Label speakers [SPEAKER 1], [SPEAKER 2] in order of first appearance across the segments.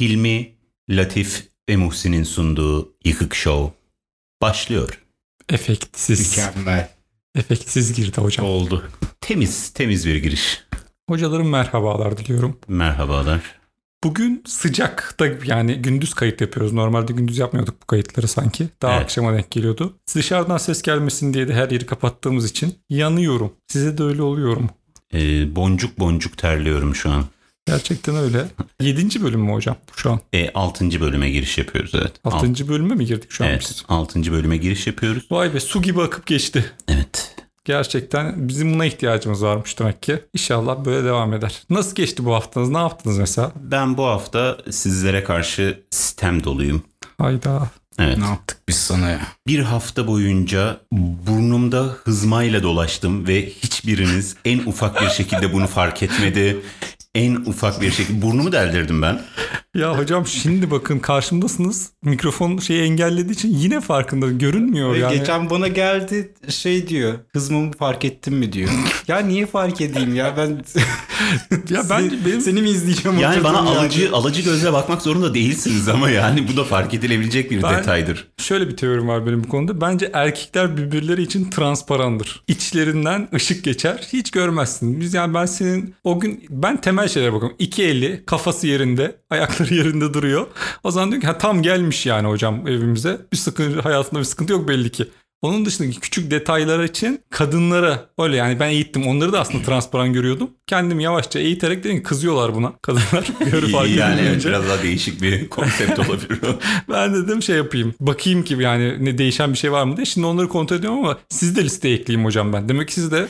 [SPEAKER 1] Hilmi, Latif ve Muhsin'in sunduğu Yıkık Show başlıyor.
[SPEAKER 2] Efektsiz.
[SPEAKER 3] Mükemmel.
[SPEAKER 2] Efektsiz girdi hocam.
[SPEAKER 3] Oldu.
[SPEAKER 1] Temiz, temiz bir giriş.
[SPEAKER 2] Hocalarım merhabalar diliyorum.
[SPEAKER 1] Merhabalar.
[SPEAKER 2] Bugün sıcakta yani gündüz kayıt yapıyoruz. Normalde gündüz yapmıyorduk bu kayıtları sanki. Daha
[SPEAKER 1] Evet.
[SPEAKER 2] akşama denk geliyordu. Dışarıdan ses gelmesin diye de her yeri kapattığımız için yanıyorum. Size de öyle oluyorum.
[SPEAKER 1] Ee, boncuk boncuk terliyorum şu an.
[SPEAKER 2] Gerçekten öyle. 7. bölüm mü hocam bu şu an?
[SPEAKER 1] E, 6. bölüme giriş yapıyoruz evet. Alt-
[SPEAKER 2] 6. bölüme mi girdik şu an
[SPEAKER 1] Evet,
[SPEAKER 2] biz?
[SPEAKER 1] 6. bölüme giriş yapıyoruz.
[SPEAKER 2] Vay be su gibi akıp geçti.
[SPEAKER 1] Evet.
[SPEAKER 2] Gerçekten bizim buna ihtiyacımız varmış demek ki. İnşallah böyle devam eder. Nasıl geçti bu haftanız? Ne yaptınız mesela?
[SPEAKER 1] Ben bu hafta sizlere karşı sistem doluyum.
[SPEAKER 2] Hayda.
[SPEAKER 1] Evet.
[SPEAKER 3] Ne yaptık biz sana ya?
[SPEAKER 1] Bir hafta boyunca burnumda hızmayla dolaştım ve hiçbiriniz en ufak bir şekilde bunu fark etmedi. En ufak bir şekilde burnumu deldirdim ben.
[SPEAKER 2] Ya hocam şimdi bakın karşımdasınız. Mikrofon şeyi engellediği için yine farkında görünmüyor
[SPEAKER 3] Ve
[SPEAKER 2] yani.
[SPEAKER 3] geçen bana geldi şey diyor. Hızımı fark ettin mi diyor. ya niye fark edeyim ya ben
[SPEAKER 2] Ya ben
[SPEAKER 3] Seni-
[SPEAKER 2] benim
[SPEAKER 3] seni mi izleyeceğim?
[SPEAKER 1] Yani
[SPEAKER 3] oturdum
[SPEAKER 1] bana
[SPEAKER 3] yerde?
[SPEAKER 1] alıcı alıcı gözle bakmak zorunda değilsiniz ama yani bu da fark edilebilecek bir
[SPEAKER 2] Ben-
[SPEAKER 1] detaydır.
[SPEAKER 2] şöyle bir teorim var benim bu konuda. Bence erkekler birbirleri için transparandır. İçlerinden ışık geçer. Hiç görmezsin. Biz yani ben senin o gün ben temel şeylere bakıyorum. İki eli kafası yerinde, ayakları yerinde duruyor. O zaman diyor ki ha tam gelmiş yani hocam evimize. Bir sıkıntı hayatında bir sıkıntı yok belli ki. Onun dışındaki küçük detaylar için kadınlara öyle yani ben eğittim. Onları da aslında transparan görüyordum. Kendimi yavaşça eğiterek dedim ki kızıyorlar buna kadınlar. Görü fark
[SPEAKER 1] yani evet,
[SPEAKER 2] edilmeyince.
[SPEAKER 1] biraz daha değişik bir konsept olabilir. o.
[SPEAKER 2] Ben dedim şey yapayım. Bakayım ki yani ne değişen bir şey var mı diye. Şimdi onları kontrol ediyorum ama siz de listeye ekleyeyim hocam ben. Demek ki siz de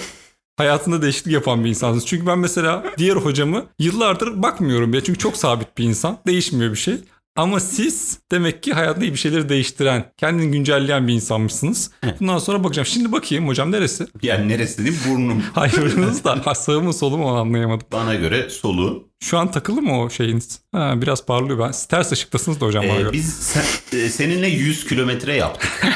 [SPEAKER 2] hayatında değişiklik yapan bir insansınız. Çünkü ben mesela diğer hocamı yıllardır bakmıyorum bile. Çünkü çok sabit bir insan. Değişmiyor bir şey. Ama siz demek ki hayatında iyi bir şeyleri değiştiren, kendini güncelleyen bir insanmışsınız. Bundan sonra bakacağım. Şimdi bakayım hocam neresi?
[SPEAKER 1] Yani neresi dediğim burnum.
[SPEAKER 2] Hayırınız da ha, sağ mı solu mu onu anlayamadım.
[SPEAKER 1] Bana göre solu.
[SPEAKER 2] Şu an takılı mı o şeyiniz? Ha, biraz parlıyor ben. Ters ışıktasınız da hocam bana
[SPEAKER 1] Ee,
[SPEAKER 2] göre.
[SPEAKER 1] biz sen- e, seninle 100 kilometre yaptık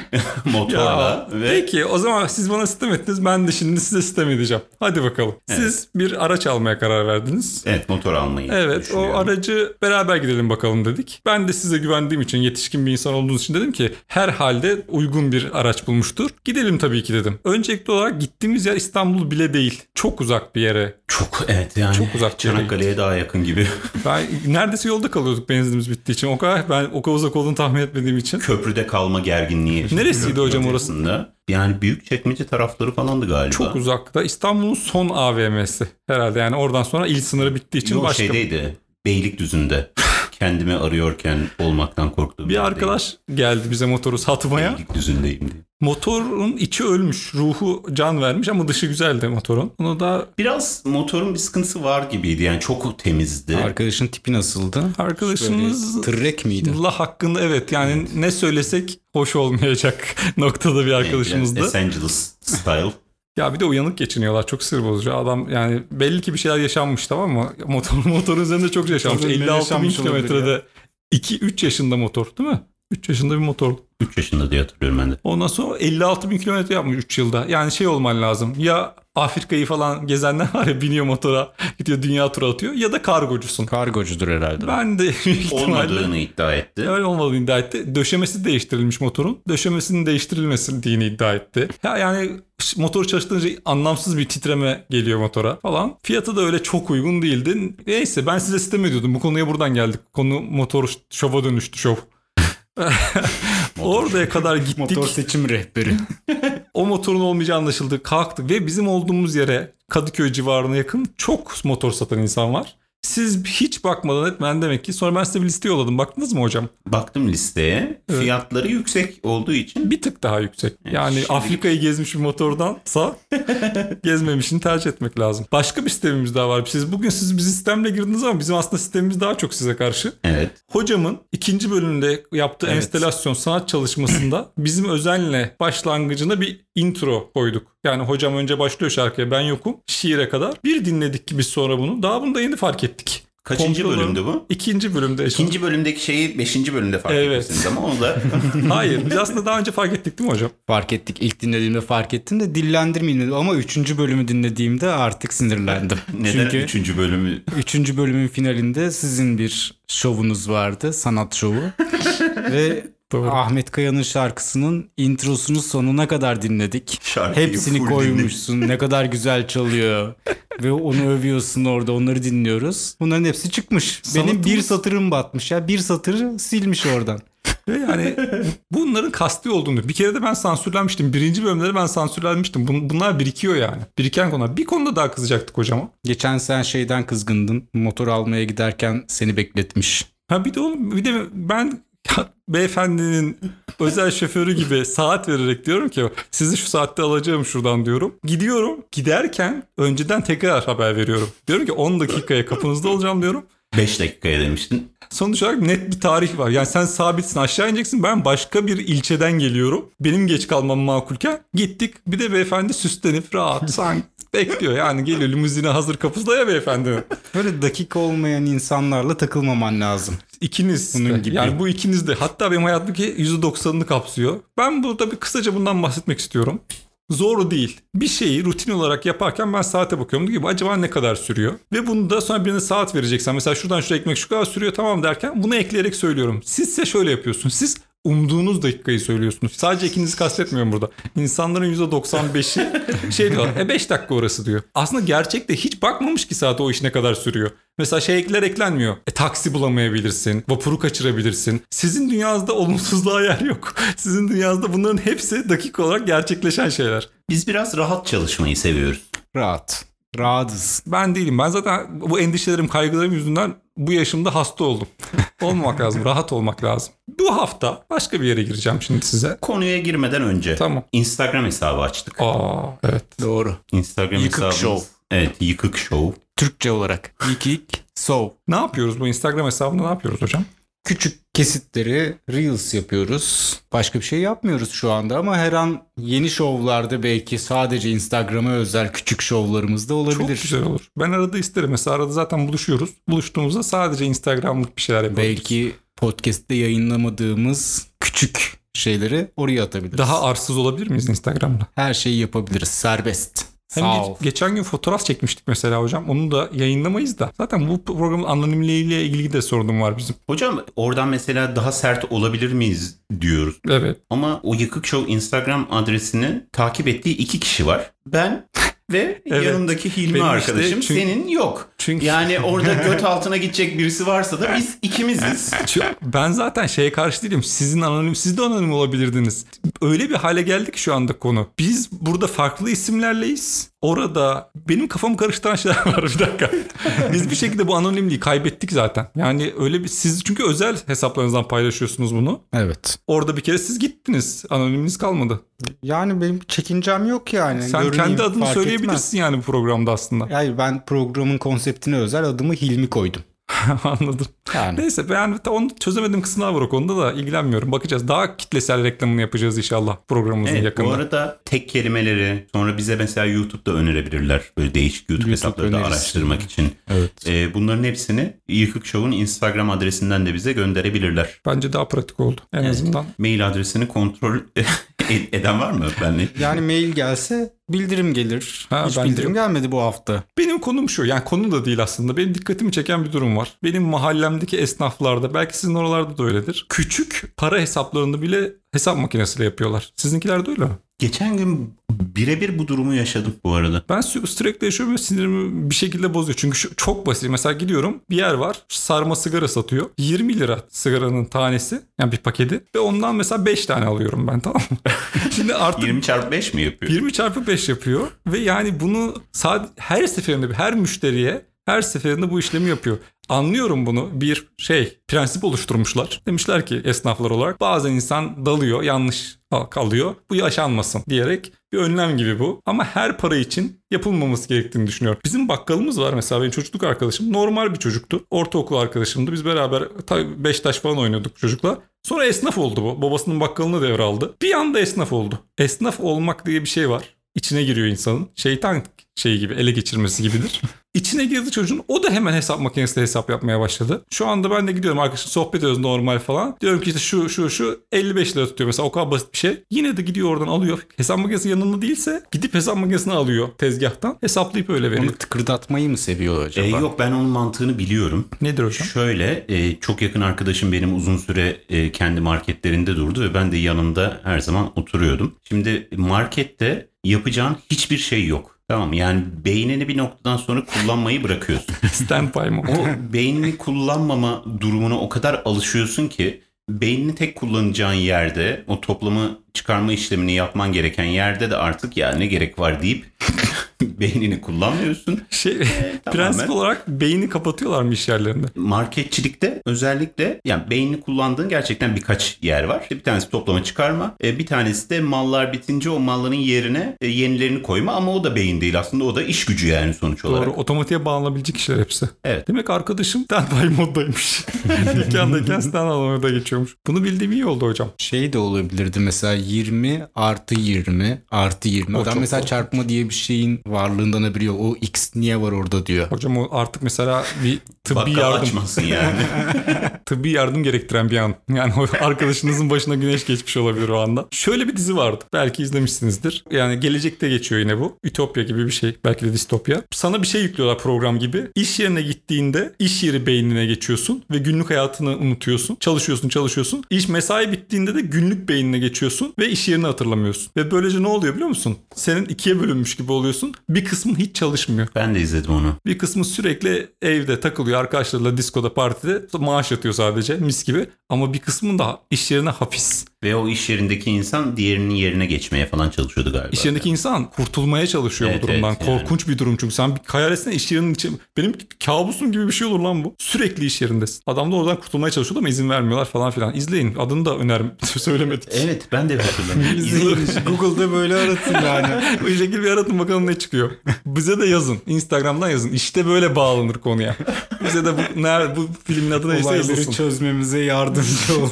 [SPEAKER 1] motorla ve
[SPEAKER 2] Peki o zaman siz bana sistem ettiniz ben de şimdi size sistem edeceğim. Hadi bakalım. Siz bir araç almaya karar verdiniz.
[SPEAKER 1] evet motor almayı.
[SPEAKER 2] Evet o
[SPEAKER 1] düşünüyorum.
[SPEAKER 2] aracı beraber gidelim bakalım dedik. Ben de size güvendiğim için yetişkin bir insan olduğunuz için dedim ki herhalde uygun bir araç bulmuştur. Gidelim tabii ki dedim. Öncelikli olarak gittiğimiz yer İstanbul bile değil. Çok uzak bir yere.
[SPEAKER 1] çok evet yani
[SPEAKER 2] Çok uzak bir yere
[SPEAKER 1] Çanakkale'ye daha yakın gibi.
[SPEAKER 2] Ben neredeyse yolda kalıyorduk benzinimiz bittiği için. O kadar ben o kadar uzak olduğunu tahmin etmediğim için.
[SPEAKER 1] Köprüde kalma gerginliği.
[SPEAKER 2] Neresiydi hocam orası?
[SPEAKER 1] Aslında yani büyük çekmece tarafları falandı galiba.
[SPEAKER 2] Çok uzakta. İstanbul'un son AVM'si herhalde. Yani oradan sonra il sınırı bittiği için
[SPEAKER 1] Yo, şey
[SPEAKER 2] başka
[SPEAKER 1] şeydeydi. Beylikdüzü'nde. Kendimi arıyorken olmaktan korktuğum.
[SPEAKER 2] Bir
[SPEAKER 1] yerdeyim.
[SPEAKER 2] arkadaş geldi bize motoru satmaya.
[SPEAKER 1] Beylikdüzü'ndeyim diye.
[SPEAKER 2] Motorun içi ölmüş, ruhu can vermiş ama dışı güzeldi motorun. Onu da
[SPEAKER 1] Biraz motorun bir sıkıntısı var gibiydi. Yani çok temizdi.
[SPEAKER 3] Arkadaşın tipi nasıldı?
[SPEAKER 2] arkadaşımızla
[SPEAKER 3] Böyle tırrek miydi?
[SPEAKER 2] hakkında evet yani ne söylesek hoş olmayacak noktada bir arkadaşımızdı.
[SPEAKER 1] Los Angeles style.
[SPEAKER 2] Ya bir de uyanık geçiniyorlar çok sır bozucu. Adam yani belli ki bir şeyler yaşanmış tamam mı? Motor, motorun üzerinde çok yaşanmış.
[SPEAKER 3] Tabii, ne
[SPEAKER 2] 56 bin
[SPEAKER 3] yaşanmış olabilir ya?
[SPEAKER 2] kilometrede 2-3 yaşında motor değil mi? 3 yaşında bir motor.
[SPEAKER 1] 3 yaşında diye hatırlıyorum ben de.
[SPEAKER 2] Ondan sonra 56 bin kilometre yapmış 3 yılda. Yani şey olman lazım. Ya Afrika'yı falan gezenler var ya biniyor motora gidiyor dünya turu atıyor ya da kargocusun.
[SPEAKER 3] Kargocudur herhalde.
[SPEAKER 2] Ben de büyük ihtimalle
[SPEAKER 1] Olmadığını iddia etti.
[SPEAKER 2] öyle olmadığını iddia etti. Döşemesi değiştirilmiş motorun. Döşemesinin değiştirilmesini iddia etti. Ya yani ş- motor çalıştığınca anlamsız bir titreme geliyor motora falan. Fiyatı da öyle çok uygun değildi. Neyse ben size sistem ediyordum. Bu konuya buradan geldik. Konu motor ş- şova dönüştü şov. Oraya kadar gittik.
[SPEAKER 3] Motor seçim rehberi.
[SPEAKER 2] O motorun olmayacağı anlaşıldı. Kalktık ve bizim olduğumuz yere Kadıköy civarına yakın çok motor satan insan var. Siz hiç bakmadan etmen demek ki. Sonra ben size bir liste yolladım. Baktınız mı hocam?
[SPEAKER 1] Baktım listeye.
[SPEAKER 2] Evet.
[SPEAKER 1] Fiyatları yüksek olduğu için
[SPEAKER 2] Bir tık daha yüksek.
[SPEAKER 1] Evet,
[SPEAKER 2] Yani
[SPEAKER 1] şimdi-
[SPEAKER 2] Afrika'yı gezmiş bir motordansa gezmemişini tercih etmek lazım. Başka bir sistemimiz daha var. Siz bugün siz bir sistemle girdiniz ama bizim aslında sistemimiz daha çok size karşı.
[SPEAKER 1] evet.
[SPEAKER 2] Hocamın ikinci bölümünde yaptığı
[SPEAKER 3] Evet.
[SPEAKER 2] enstelasyon sanat çalışmasında bizim özenle başlangıcına bir intro koyduk. Yani hocam önce başlıyor şarkıya ben yokum şiire kadar. Bir dinledik ki biz sonra bunu. Daha bunu da yeni fark ettik.
[SPEAKER 1] Kaçıncı
[SPEAKER 2] Komplo-
[SPEAKER 1] bölümdü bu?
[SPEAKER 2] İkinci bölümde.
[SPEAKER 1] İkinci bölümdeki şeyi beşinci bölümde fark
[SPEAKER 2] Evet.
[SPEAKER 1] etmişsiniz ama onu da
[SPEAKER 2] Hayır biz aslında daha önce fark ettik değil mi hocam?
[SPEAKER 3] Fark ettik. İlk dinlediğimde fark ettim de dillendirmeyin dedim. Ama üçüncü bölümü dinlediğimde artık sinirlendim.
[SPEAKER 1] neden
[SPEAKER 3] Çünkü
[SPEAKER 1] üçüncü bölümü
[SPEAKER 3] üçüncü bölümün finalinde sizin bir şovunuz vardı. Sanat şovu. Ve
[SPEAKER 2] Doğru.
[SPEAKER 3] Ahmet Kaya'nın şarkısının introsunu sonuna kadar dinledik.
[SPEAKER 1] Şarkıyı
[SPEAKER 3] Hepsini
[SPEAKER 1] full
[SPEAKER 3] koymuşsun. ne kadar güzel çalıyor. Ve onu övüyorsun orada. Onları dinliyoruz. Bunların hepsi çıkmış. Benim
[SPEAKER 2] Sanatımız-
[SPEAKER 3] bir satırım batmış ya. Bir satırı silmiş oradan.
[SPEAKER 2] Ve yani bunların kasti olduğunu. Bir kere de ben sansürlenmiştim. Birinci bölümleri ben sansürlenmiştim. Bun- Bunlar birikiyor yani. Biriken konular. Bir konuda daha kızacaktık hocama.
[SPEAKER 3] Geçen sen şeyden kızgındın. Motor almaya giderken seni bekletmiş.
[SPEAKER 2] Ha bir de oğlum bir de ben beyefendinin özel şoförü gibi saat vererek diyorum ki sizi şu saatte alacağım şuradan diyorum. Gidiyorum. Giderken önceden tekrar haber veriyorum. Diyorum ki 10 dakikaya kapınızda olacağım diyorum.
[SPEAKER 1] 5 dakikaya demiştin.
[SPEAKER 2] Sonuç olarak net bir tarih var. Yani sen sabitsin aşağı ineceksin. Ben başka bir ilçeden geliyorum. Benim geç kalmam makulken gittik. Bir de beyefendi süslenip rahat sanki bekliyor. Yani geliyor limuzine hazır kapıda ya beyefendi.
[SPEAKER 3] Böyle dakika olmayan insanlarla takılmaman lazım.
[SPEAKER 2] İkiniz
[SPEAKER 3] Bunun
[SPEAKER 2] de.
[SPEAKER 3] gibi.
[SPEAKER 2] Yani bu ikiniz de. Hatta benim hayatımdaki %90'ını kapsıyor. Ben burada bir kısaca bundan bahsetmek istiyorum. Zor değil. Bir şeyi rutin olarak yaparken ben saate bakıyorum. Diyor ki "Bu acaba ne kadar sürüyor? Ve bunu da sonra birine saat vereceksen. Mesela şuradan şuraya ekmek şu kadar sürüyor tamam derken bunu ekleyerek söylüyorum. Sizse şöyle yapıyorsunuz. Siz umduğunuz dakikayı söylüyorsunuz. Sadece ikinizi kastetmiyorum burada. İnsanların %95'i şey diyor. E 5 dakika orası diyor. Aslında gerçekte hiç bakmamış ki saate o iş ne kadar sürüyor. Mesela şey ekler eklenmiyor. E taksi bulamayabilirsin. Vapuru kaçırabilirsin. Sizin dünyanızda olumsuzluğa yer yok. Sizin dünyanızda bunların hepsi dakika olarak gerçekleşen şeyler.
[SPEAKER 1] Biz biraz rahat çalışmayı seviyoruz.
[SPEAKER 3] Rahat. Rahatız.
[SPEAKER 2] Ben değilim. Ben zaten bu endişelerim, kaygılarım yüzünden bu yaşımda hasta oldum. Olmamak lazım. Rahat olmak lazım. Bu hafta başka bir yere gireceğim şimdi size.
[SPEAKER 1] Konuya girmeden önce
[SPEAKER 2] Tamam.
[SPEAKER 1] Instagram hesabı açtık.
[SPEAKER 2] Aa evet.
[SPEAKER 3] Doğru.
[SPEAKER 1] Instagram
[SPEAKER 3] Yıkık
[SPEAKER 1] hesabımız.
[SPEAKER 3] Show.
[SPEAKER 1] Evet yıkık show.
[SPEAKER 3] Türkçe olarak. Yikik, sov.
[SPEAKER 2] Ne yapıyoruz bu Instagram hesabında ne yapıyoruz hocam?
[SPEAKER 3] Küçük kesitleri Reels yapıyoruz. Başka bir şey yapmıyoruz şu anda ama her an yeni şovlarda belki sadece Instagram'a özel küçük şovlarımız da
[SPEAKER 2] Çok
[SPEAKER 3] olabilir.
[SPEAKER 2] güzel olur. Ben arada isterim. Mesela arada zaten buluşuyoruz. Buluştuğumuzda sadece Instagram'lık bir şeyler yapalım.
[SPEAKER 3] Belki podcast'te yayınlamadığımız küçük şeyleri oraya atabiliriz.
[SPEAKER 2] Daha arsız olabilir miyiz Instagram'da?
[SPEAKER 3] her şeyi yapabiliriz. Serbest.
[SPEAKER 2] Hem
[SPEAKER 3] Sağ
[SPEAKER 2] ge-
[SPEAKER 3] ol.
[SPEAKER 2] geçen gün fotoğraf çekmiştik mesela hocam. Onu da yayınlamayız da. Zaten bu programın anonimliğiyle ilgili de sorunum var bizim.
[SPEAKER 1] Hocam oradan mesela daha sert olabilir miyiz diyoruz.
[SPEAKER 2] Evet.
[SPEAKER 1] Ama o yıkık show Instagram adresini takip ettiği iki kişi var. Ben ve
[SPEAKER 2] Evet.
[SPEAKER 1] yanımdaki Hilmi
[SPEAKER 2] Benim işte
[SPEAKER 1] arkadaşım.
[SPEAKER 2] çünkü-
[SPEAKER 1] Senin yok.
[SPEAKER 2] Çünkü-
[SPEAKER 1] Yani orada göt altına gidecek birisi varsa da biz ikimiziz.
[SPEAKER 2] Çünkü ben zaten şeye karşı değilim. Sizin anonim, siz de anonim olabilirdiniz. Öyle bir hale geldik şu anda konu. Biz burada farklı isimlerleyiz. Orada benim kafamı karıştıran şeyler var bir dakika. Biz bir şekilde bu anonimliği kaybettik zaten. Yani öyle bir siz çünkü özel hesaplarınızdan paylaşıyorsunuz bunu.
[SPEAKER 3] Evet.
[SPEAKER 2] Orada bir kere siz gittiniz. Anoniminiz kalmadı.
[SPEAKER 3] Yani benim çekincem yok yani.
[SPEAKER 2] Sen
[SPEAKER 3] Görüneyim,
[SPEAKER 2] kendi adını
[SPEAKER 3] fark
[SPEAKER 2] söyleyebilirsin
[SPEAKER 3] etmez.
[SPEAKER 2] yani bu programda aslında.
[SPEAKER 3] Hayır ben programın konseptine özel adımı Hilmi koydum.
[SPEAKER 2] Anladım.
[SPEAKER 3] Yani
[SPEAKER 2] Neyse ben ta- onu çözemedim kısımlar var o konuda da ilgilenmiyorum. Bakacağız. Daha kitlesel reklamını yapacağız inşallah programımızın
[SPEAKER 1] Evet,
[SPEAKER 2] yakında.
[SPEAKER 1] bu arada tek kelimeleri sonra bize mesela YouTube'da önerebilirler. Böyle değişik YouTube,
[SPEAKER 3] YouTube
[SPEAKER 1] hesapları da
[SPEAKER 3] önerisi.
[SPEAKER 1] araştırmak için.
[SPEAKER 3] evet.
[SPEAKER 1] Ee, bunların hepsini Yıkık Show'un Instagram adresinden de bize gönderebilirler.
[SPEAKER 2] Bence daha pratik oldu en azından.
[SPEAKER 1] Mail adresini kontrol ed- eden var mı? Ben de-
[SPEAKER 3] Yani mail gelse bildirim gelir.
[SPEAKER 2] Ha,
[SPEAKER 3] Hiç
[SPEAKER 2] bence
[SPEAKER 3] bildirim
[SPEAKER 2] yok.
[SPEAKER 3] gelmedi bu hafta.
[SPEAKER 2] Benim konum şu yani konu da değil aslında benim dikkatimi çeken bir durum var. Benim mahallemdeki esnaflarda belki sizin oralarda da öyledir. Küçük para hesaplarını bile hesap makinesiyle yapıyorlar. Sizinkiler de öyle mi?
[SPEAKER 1] Geçen gün birebir bu durumu yaşadım bu arada.
[SPEAKER 2] Ben sü- sürekli yaşıyorum ve sinirimi bir şekilde bozuyor. Çünkü şu, çok basit. Mesela gidiyorum bir yer var sarma sigara satıyor. 20 lira sigaranın tanesi yani bir paketi. Ve ondan mesela 5 tane alıyorum ben tamam mı? Şimdi artık
[SPEAKER 1] 20 çarpı 5 mi yapıyor?
[SPEAKER 2] 20 çarpı 5 yapıyor ve yani bunu sad- her seferinde her müşteriye her seferinde bu işlemi yapıyor. Anlıyorum bunu bir şey prensip oluşturmuşlar. Demişler ki esnaflar olarak bazen insan dalıyor yanlış kalıyor bu yaşanmasın diyerek bir önlem gibi bu. Ama her para için yapılmaması gerektiğini düşünüyorum. Bizim bakkalımız var mesela benim çocukluk arkadaşım normal bir çocuktu. Ortaokul arkadaşımdı biz beraber ta- beş taş falan oynuyorduk çocukla. Sonra esnaf oldu bu. Babasının bakkalını devraldı. Bir anda esnaf oldu. Esnaf olmak diye bir şey var. içine giriyor insanın. Şeytan şeyi gibi ele geçirmesi gibidir. İçine girdi çocuğun. O da hemen hesap makinesinde hesap yapmaya başladı. Şu anda ben de gidiyorum arkadaşım sohbet ediyoruz normal falan. Diyorum ki işte şu şu şu 55 lira tutuyor mesela o kadar basit bir şey. Yine de gidiyor oradan alıyor. Hesap makinesi yanında değilse gidip hesap makinesini alıyor tezgahtan. Hesaplayıp öyle veriyor.
[SPEAKER 3] Onu tıkırdatmayı mı seviyor acaba?
[SPEAKER 1] E, yok ben onun mantığını biliyorum.
[SPEAKER 2] Nedir hocam?
[SPEAKER 1] Şöyle e, çok yakın arkadaşım benim uzun süre e, kendi marketlerinde durdu ve ben de yanında her zaman oturuyordum. Şimdi markette yapacağın hiçbir şey yok. Tamam mı? yani beynini bir noktadan sonra kullanmayı bırakıyorsun.
[SPEAKER 2] Standby mı?
[SPEAKER 1] O beynini kullanmama durumuna o kadar alışıyorsun ki beynini tek kullanacağın yerde o toplamı çıkarma işlemini yapman gereken yerde de artık ya ne gerek var deyip beynini kullanmıyorsun.
[SPEAKER 2] Şey,
[SPEAKER 1] tamamen.
[SPEAKER 2] prensip olarak beyni kapatıyorlarmış iş yerlerinde.
[SPEAKER 1] Marketçilikte özellikle yani beynini kullandığın gerçekten birkaç yer var. Bir tanesi toplama çıkarma. e, Bir tanesi de mallar bitince o malların yerine e, yenilerini koyma ama o da beyin değil aslında o da iş gücü yani sonuç olarak.
[SPEAKER 2] Doğru. Otomatiğe bağlanabilecek işler hepsi.
[SPEAKER 1] Evet.
[SPEAKER 2] Demek arkadaşım standby moddaymış. Dükkandayken standby modda geçiyormuş. Bunu bildiğim iyi oldu hocam.
[SPEAKER 3] şey de olabilirdi mesela 20 artı 20 artı 20.
[SPEAKER 2] O
[SPEAKER 3] Adam
[SPEAKER 2] çok
[SPEAKER 3] mesela
[SPEAKER 2] korkunç.
[SPEAKER 3] çarpma diye bir şeyin varlığından haberiyor. O x niye var orada diyor.
[SPEAKER 2] Hocam o artık mesela bir tıbbi
[SPEAKER 1] Bakkal
[SPEAKER 2] yardım
[SPEAKER 1] açmasın yani.
[SPEAKER 2] tıbbi yardım gerektiren bir an. Yani o arkadaşınızın başına güneş geçmiş olabilir o anda. Şöyle bir dizi vardı. Belki izlemişsinizdir. Yani gelecekte geçiyor yine bu. Ütopya gibi bir şey. Belki de distopya. Sana bir şey yüklüyorlar program gibi. İş yerine gittiğinde iş yeri beynine geçiyorsun ve günlük hayatını unutuyorsun. Çalışıyorsun, çalışıyorsun. İş mesai bittiğinde de günlük beynine geçiyorsun ve iş yerini hatırlamıyorsun. Ve böylece ne oluyor biliyor musun? Senin ikiye bölünmüş gibi oluyorsun. Bir kısmın hiç çalışmıyor.
[SPEAKER 1] ben de izledim onu.
[SPEAKER 2] Bir kısmı sürekli evde takılıyor arkadaşlarıyla diskoda partide maaş yatıyor sadece mis gibi. Ama bir kısmı da iş yerine hapis.
[SPEAKER 1] Ve o iş yerindeki insan diğerinin yerine geçmeye falan çalışıyordu galiba.
[SPEAKER 2] İş yerindeki insan kurtulmaya çalışıyor
[SPEAKER 1] Evet,
[SPEAKER 2] bu durumdan.
[SPEAKER 1] evet, yani.
[SPEAKER 2] Korkunç bir durum çünkü sen bir hayal etsene iş yerinin içi. Benim kabusum gibi bir şey olur lan bu. Sürekli iş yerindesin. Adam da oradan kurtulmaya çalışıyor ama izin vermiyorlar falan filan. İzleyin adını da önerim söylemedik.
[SPEAKER 1] Evet ben de hatırlamıyorum. İzledim.
[SPEAKER 3] Google'da böyle aratın yani.
[SPEAKER 2] Bu şekilde bir aratın bakalım ne çıkıyor. Bize de yazın. Instagram'dan yazın. İşte böyle bağlanır konuya. Bize de bu, nerede, bu filmin adı neyse yazılsın.
[SPEAKER 3] çözmemize yardımcı ol.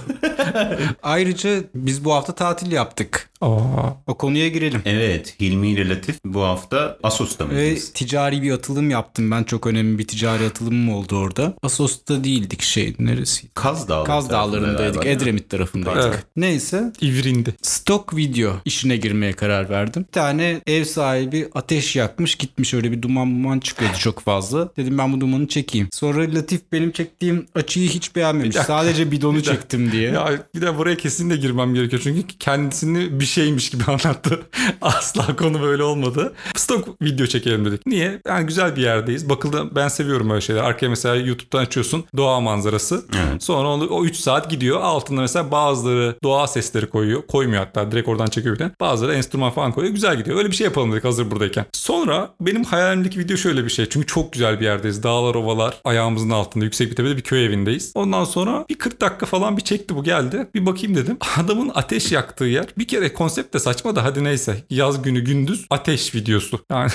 [SPEAKER 3] Ayrıca biz bu hafta tatil yaptık.
[SPEAKER 2] Aa.
[SPEAKER 3] O konuya girelim.
[SPEAKER 1] evet Hilmi ile Latif bu hafta Asos'ta
[SPEAKER 3] Ve
[SPEAKER 1] mıydınız?
[SPEAKER 3] ticari bir atılım yaptım ben. Çok önemli bir ticari atılımım oldu orada. Asos'ta değildik şey neresi?
[SPEAKER 1] Kaz Dağları.
[SPEAKER 3] Kaz
[SPEAKER 1] tarafında
[SPEAKER 3] Dağları'ndaydık.
[SPEAKER 1] galiba.
[SPEAKER 3] Edremit tarafındaydık.
[SPEAKER 2] Evet.
[SPEAKER 3] Neyse
[SPEAKER 2] İvrindi.
[SPEAKER 3] stok video işine girmeye karar verdim. Bir tane ev sahibi ateş yakmış gitmiş öyle bir duman muman çıkıyordu çok fazla. Dedim ben bu dumanı çekeyim. Sonra Latif benim çektiğim açıyı hiç beğenmemiş. Sadece bidonu çektim diye.
[SPEAKER 2] Ya bir de buraya kesinlikle girmem gerekiyor çünkü kendisini bir şeymiş gibi anlattı. Asla konu böyle olmadı. Stok video çekelim dedik. Niye? Yani güzel bir yerdeyiz. Bakıldı ben seviyorum öyle şeyler. Arkaya mesela YouTube'dan açıyorsun doğa manzarası.
[SPEAKER 1] Evet.
[SPEAKER 2] Sonra onu, o 3 saat gidiyor. Altında mesela bazıları doğa sesleri koyuyor. Koymuyor hatta direkt oradan çekiyor bir tane. Bazıları enstrüman falan koyuyor. Güzel gidiyor. Öyle bir şey yapalım dedik hazır buradayken. Sonra benim hayalimdeki video şöyle bir şey. Çünkü çok güzel bir yerdeyiz. Dağlar, ovalar, ayağımızın altında yüksek bir tepede bir köy evindeyiz. Ondan sonra bir 40 dakika falan bir çekti bu geldi. Bir bakayım dedim. Adamın ateş yaktığı yer. Bir kere konsept de saçma da hadi neyse. Yaz günü gündüz ateş videosu. Yani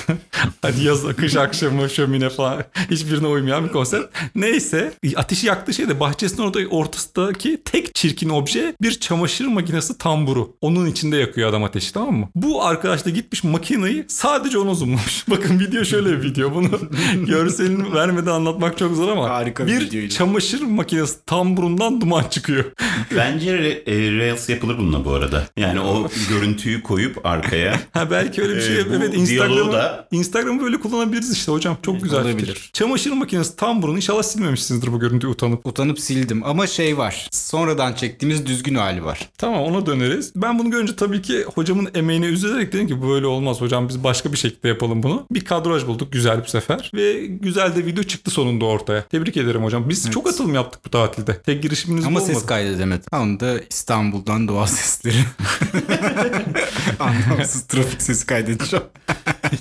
[SPEAKER 2] hadi yaz kış akşamı şömine falan. Hiçbirine uymayan bir konsept. Neyse ateşi yaktığı şey de bahçesinin orada ortasındaki tek çirkin obje bir çamaşır makinesi tamburu. Onun içinde yakıyor adam ateşi tamam mı? Bu arkadaş da gitmiş makineyi sadece ona zoomlamış. Bakın video şöyle bir video. Bunu görselini vermeden anlatmak çok zor ama.
[SPEAKER 3] Harika bir
[SPEAKER 2] bir
[SPEAKER 3] videoydu.
[SPEAKER 2] çamaşır makinesi tamburundan duman çıkıyor.
[SPEAKER 1] Bence re- e, Reels yapılır bununla bu arada. Yani o görüntüyü koyup arkaya
[SPEAKER 2] Ha belki öyle bir şey.
[SPEAKER 1] Ee, bu
[SPEAKER 2] evet
[SPEAKER 1] diyaloğu
[SPEAKER 2] Instagram'ı
[SPEAKER 1] da- E,
[SPEAKER 2] Instagram'ı böyle kullanabiliriz işte hocam. Çok güzel
[SPEAKER 3] olabilir.
[SPEAKER 2] fikir. Çamaşır makinesi tamburunu inşallah silmemişsinizdir bu görüntüyü utanıp.
[SPEAKER 3] Utanıp sildim ama şey var. Sonradan çektiğimiz düzgün hali var.
[SPEAKER 2] Tamam ona döneriz. Ben bunu görünce tabii ki hocamın emeğine üzülerek dedim ki böyle olmaz hocam biz başka bir şekilde yapalım bunu. Bir kadraj bulduk güzel bir sefer ve güzel de video çıktı sonunda ortaya. Tebrik ederim hocam. Biz çok atılım yaptık bu tatilde. Tek girişimimiz
[SPEAKER 3] Ama
[SPEAKER 2] bu
[SPEAKER 3] ses
[SPEAKER 2] olmadı.
[SPEAKER 3] kaydedemedim. Tam da İstanbul'dan doğa sesleri. Anlamsız trafik sesi kaydedeceğim.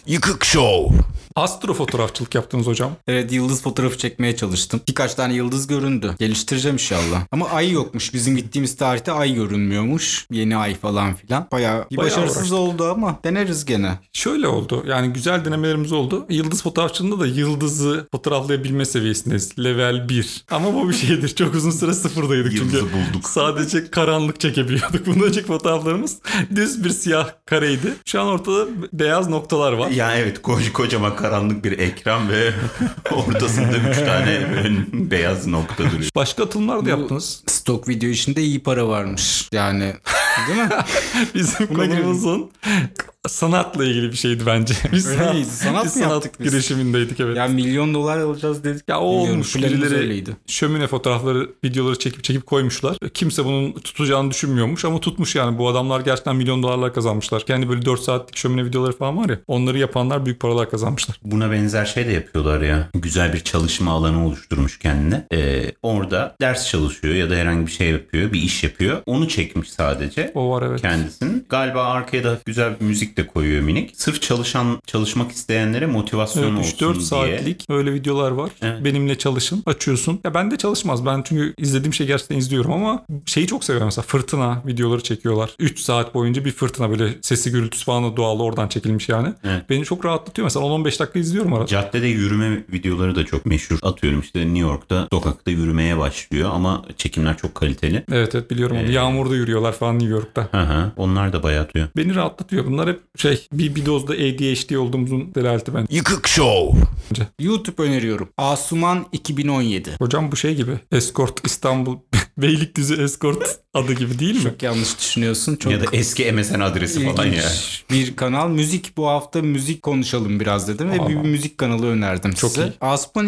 [SPEAKER 1] Yıkık Show.
[SPEAKER 2] Astro fotoğrafçılık yaptınız hocam.
[SPEAKER 3] Evet yıldız fotoğrafı çekmeye çalıştım. Birkaç tane yıldız göründü. Geliştireceğim inşallah. Ama ay yokmuş. Bizim gittiğimiz tarihte ay görünmüyormuş. Yeni ay falan filan. Bayağı bir
[SPEAKER 2] Bayağı
[SPEAKER 3] başarısız
[SPEAKER 2] uğraştık.
[SPEAKER 3] oldu ama deneriz gene.
[SPEAKER 2] Şöyle oldu. Yani güzel denemelerimiz oldu. Yıldız fotoğrafçılığında da yıldızı fotoğraflayabilme seviyesindeyiz. Level 1. Ama bu bir şeydir. Çok uzun süre sıfırdaydık çünkü.
[SPEAKER 1] Yıldızı buldum çekiyorduk.
[SPEAKER 2] Sadece karanlık çekebiliyorduk. Bundan önceki fotoğraflarımız düz bir siyah kareydi. Şu an ortada beyaz noktalar var.
[SPEAKER 1] Ya evet ko- kocaman karanlık bir ekran ve ortasında üç tane beyaz nokta duruyor.
[SPEAKER 2] Başka atılımlar da
[SPEAKER 3] Bu-
[SPEAKER 2] yaptınız.
[SPEAKER 3] Stok video işinde iyi para varmış. Yani değil mi?
[SPEAKER 2] Bizim
[SPEAKER 3] Buna
[SPEAKER 2] konumuzun sanatla ilgili bir şeydi bence. Biz
[SPEAKER 3] Öyle miydi? Sanat
[SPEAKER 2] biz
[SPEAKER 3] mı
[SPEAKER 2] sanat
[SPEAKER 3] yaptık biz?
[SPEAKER 2] girişimindeydik evet.
[SPEAKER 3] yani milyon dolar alacağız dedik.
[SPEAKER 2] Ya o
[SPEAKER 3] Bilmiyorum,
[SPEAKER 2] olmuş
[SPEAKER 3] planımız
[SPEAKER 2] birileri
[SPEAKER 3] öyleydi.
[SPEAKER 2] şömine fotoğrafları, videoları çekip çekip koymuşlar. Kimse bunun tutacağını düşünmüyormuş ama tutmuş yani. Bu adamlar gerçekten milyon dolarlar kazanmışlar. Kendi böyle 4 saatlik şömine videoları falan var ya. Onları yapanlar büyük paralar kazanmışlar.
[SPEAKER 1] Buna benzer şey de yapıyorlar ya. Güzel bir çalışma alanı oluşturmuş kendine. Ee, orada ders çalışıyor ya da herhangi bir şey yapıyor, bir iş yapıyor. Onu çekmiş sadece.
[SPEAKER 2] O var evet.
[SPEAKER 1] kendisinin. Galiba arkaya da güzel bir müzik de koyuyor minik. Sırf çalışan, çalışmak isteyenlere motivasyon
[SPEAKER 2] Evet,
[SPEAKER 1] olsun
[SPEAKER 2] 3-4
[SPEAKER 1] diye.
[SPEAKER 2] saatlik öyle videolar var.
[SPEAKER 1] Evet.
[SPEAKER 2] Benimle çalışın. Açıyorsun. Ya ben de çalışmaz. Ben çünkü izlediğim şey gerçekten izliyorum ama şeyi çok seviyorum mesela fırtına videoları çekiyorlar. 3 saat boyunca bir fırtına böyle sesi gürültüsü falan da doğal oradan çekilmiş yani.
[SPEAKER 1] Evet.
[SPEAKER 2] Beni çok rahatlatıyor. Mesela 10-15 dakika izliyorum arada.
[SPEAKER 1] Caddede yürüme videoları da çok meşhur. Atıyorum işte New York'ta sokakta yürümeye başlıyor ama çekimler çok kaliteli.
[SPEAKER 2] Evet evet biliyorum onu. Yağmurda yürüyorlar falan New York'ta.
[SPEAKER 1] Hı hı. Onlar da bayağı atıyor.
[SPEAKER 2] Beni rahatlatıyor. Bunlar hep şey bir, bir dozda ADHD olduğumuzun delaleti bence.
[SPEAKER 1] Yıkık Show.
[SPEAKER 3] YouTube öneriyorum. Asuman 2017.
[SPEAKER 2] Hocam bu şey gibi. Escort İstanbul Beylikdüzü Escort adı gibi değil mi?
[SPEAKER 3] Çok yanlış düşünüyorsun. Çok
[SPEAKER 1] Ya da eski MSN adresi falan
[SPEAKER 3] Ee, ilginç
[SPEAKER 1] ya.
[SPEAKER 3] bir kanal. Müzik bu hafta müzik konuşalım biraz dedim ve bir müzik kanalı önerdim
[SPEAKER 2] Çok
[SPEAKER 3] size.
[SPEAKER 2] iyi.
[SPEAKER 3] Asuman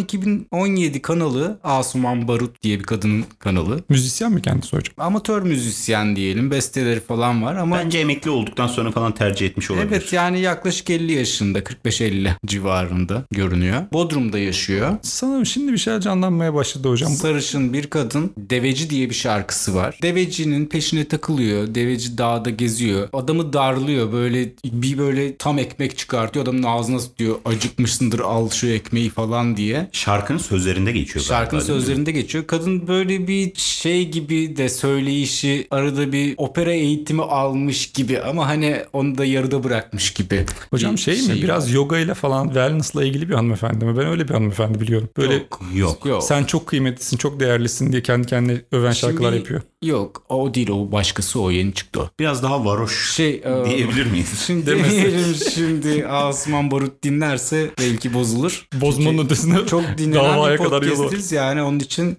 [SPEAKER 3] 2017 kanalı Asuman Barut diye bir kadının kanalı.
[SPEAKER 2] Müzisyen mi kendisi hocam?
[SPEAKER 3] Amatör müzisyen diyelim. Besteleri falan var ama
[SPEAKER 1] Bence emekli olduktan sonra falan tercih etmiş olabilir.
[SPEAKER 3] Evet yani yaklaşık 50 yaşında 45-50 civarında görünüyor. Bodrum'da yaşıyor.
[SPEAKER 2] Sanırım şimdi bir şeyler canlanmaya başladı hocam.
[SPEAKER 3] Sarışın bir kadın Deveci diye bir şarkısı var. Devecinin peşine takılıyor. Deveci dağda geziyor. Adamı darlıyor. Böyle bir böyle tam ekmek çıkartıyor. Adamın ağzına diyor acıkmışsındır al şu ekmeği falan diye.
[SPEAKER 1] Şarkının sözlerinde geçiyor galiba,
[SPEAKER 3] Şarkının
[SPEAKER 1] değil mi?
[SPEAKER 3] sözlerinde geçiyor. Kadın böyle bir şey gibi de söyleyişi arada bir opera eğitimi almış gibi ama hani onu da yarıda bırakmış gibi.
[SPEAKER 2] Hocam
[SPEAKER 3] Bir
[SPEAKER 2] şey, mi?
[SPEAKER 3] şeyi var.
[SPEAKER 2] Biraz yoga ile falan wellness'la ilgili bir hanımefendi mi? Ben öyle bir hanımefendi biliyorum. Böyle
[SPEAKER 3] Yok.
[SPEAKER 1] Yok.
[SPEAKER 3] Yok.
[SPEAKER 2] sen çok kıymetlisin, çok değerlisin diye kendi kendine öven şarkılar
[SPEAKER 3] Şimdi-
[SPEAKER 2] yapıyor.
[SPEAKER 3] Yok o değil o başkası o yeni çıktı. o.
[SPEAKER 1] Biraz daha varoş
[SPEAKER 3] Şey e,
[SPEAKER 1] diyebilir miyiz?
[SPEAKER 3] Şimdi
[SPEAKER 2] Demesi.
[SPEAKER 3] diyelim şimdi Asuman Barut dinlerse belki bozulur.
[SPEAKER 2] Bozmanın
[SPEAKER 3] Çünkü
[SPEAKER 2] ötesine
[SPEAKER 3] çok dinlenen
[SPEAKER 2] davaya
[SPEAKER 3] bir
[SPEAKER 2] kadar yolu var.
[SPEAKER 3] podcastiz yani onun için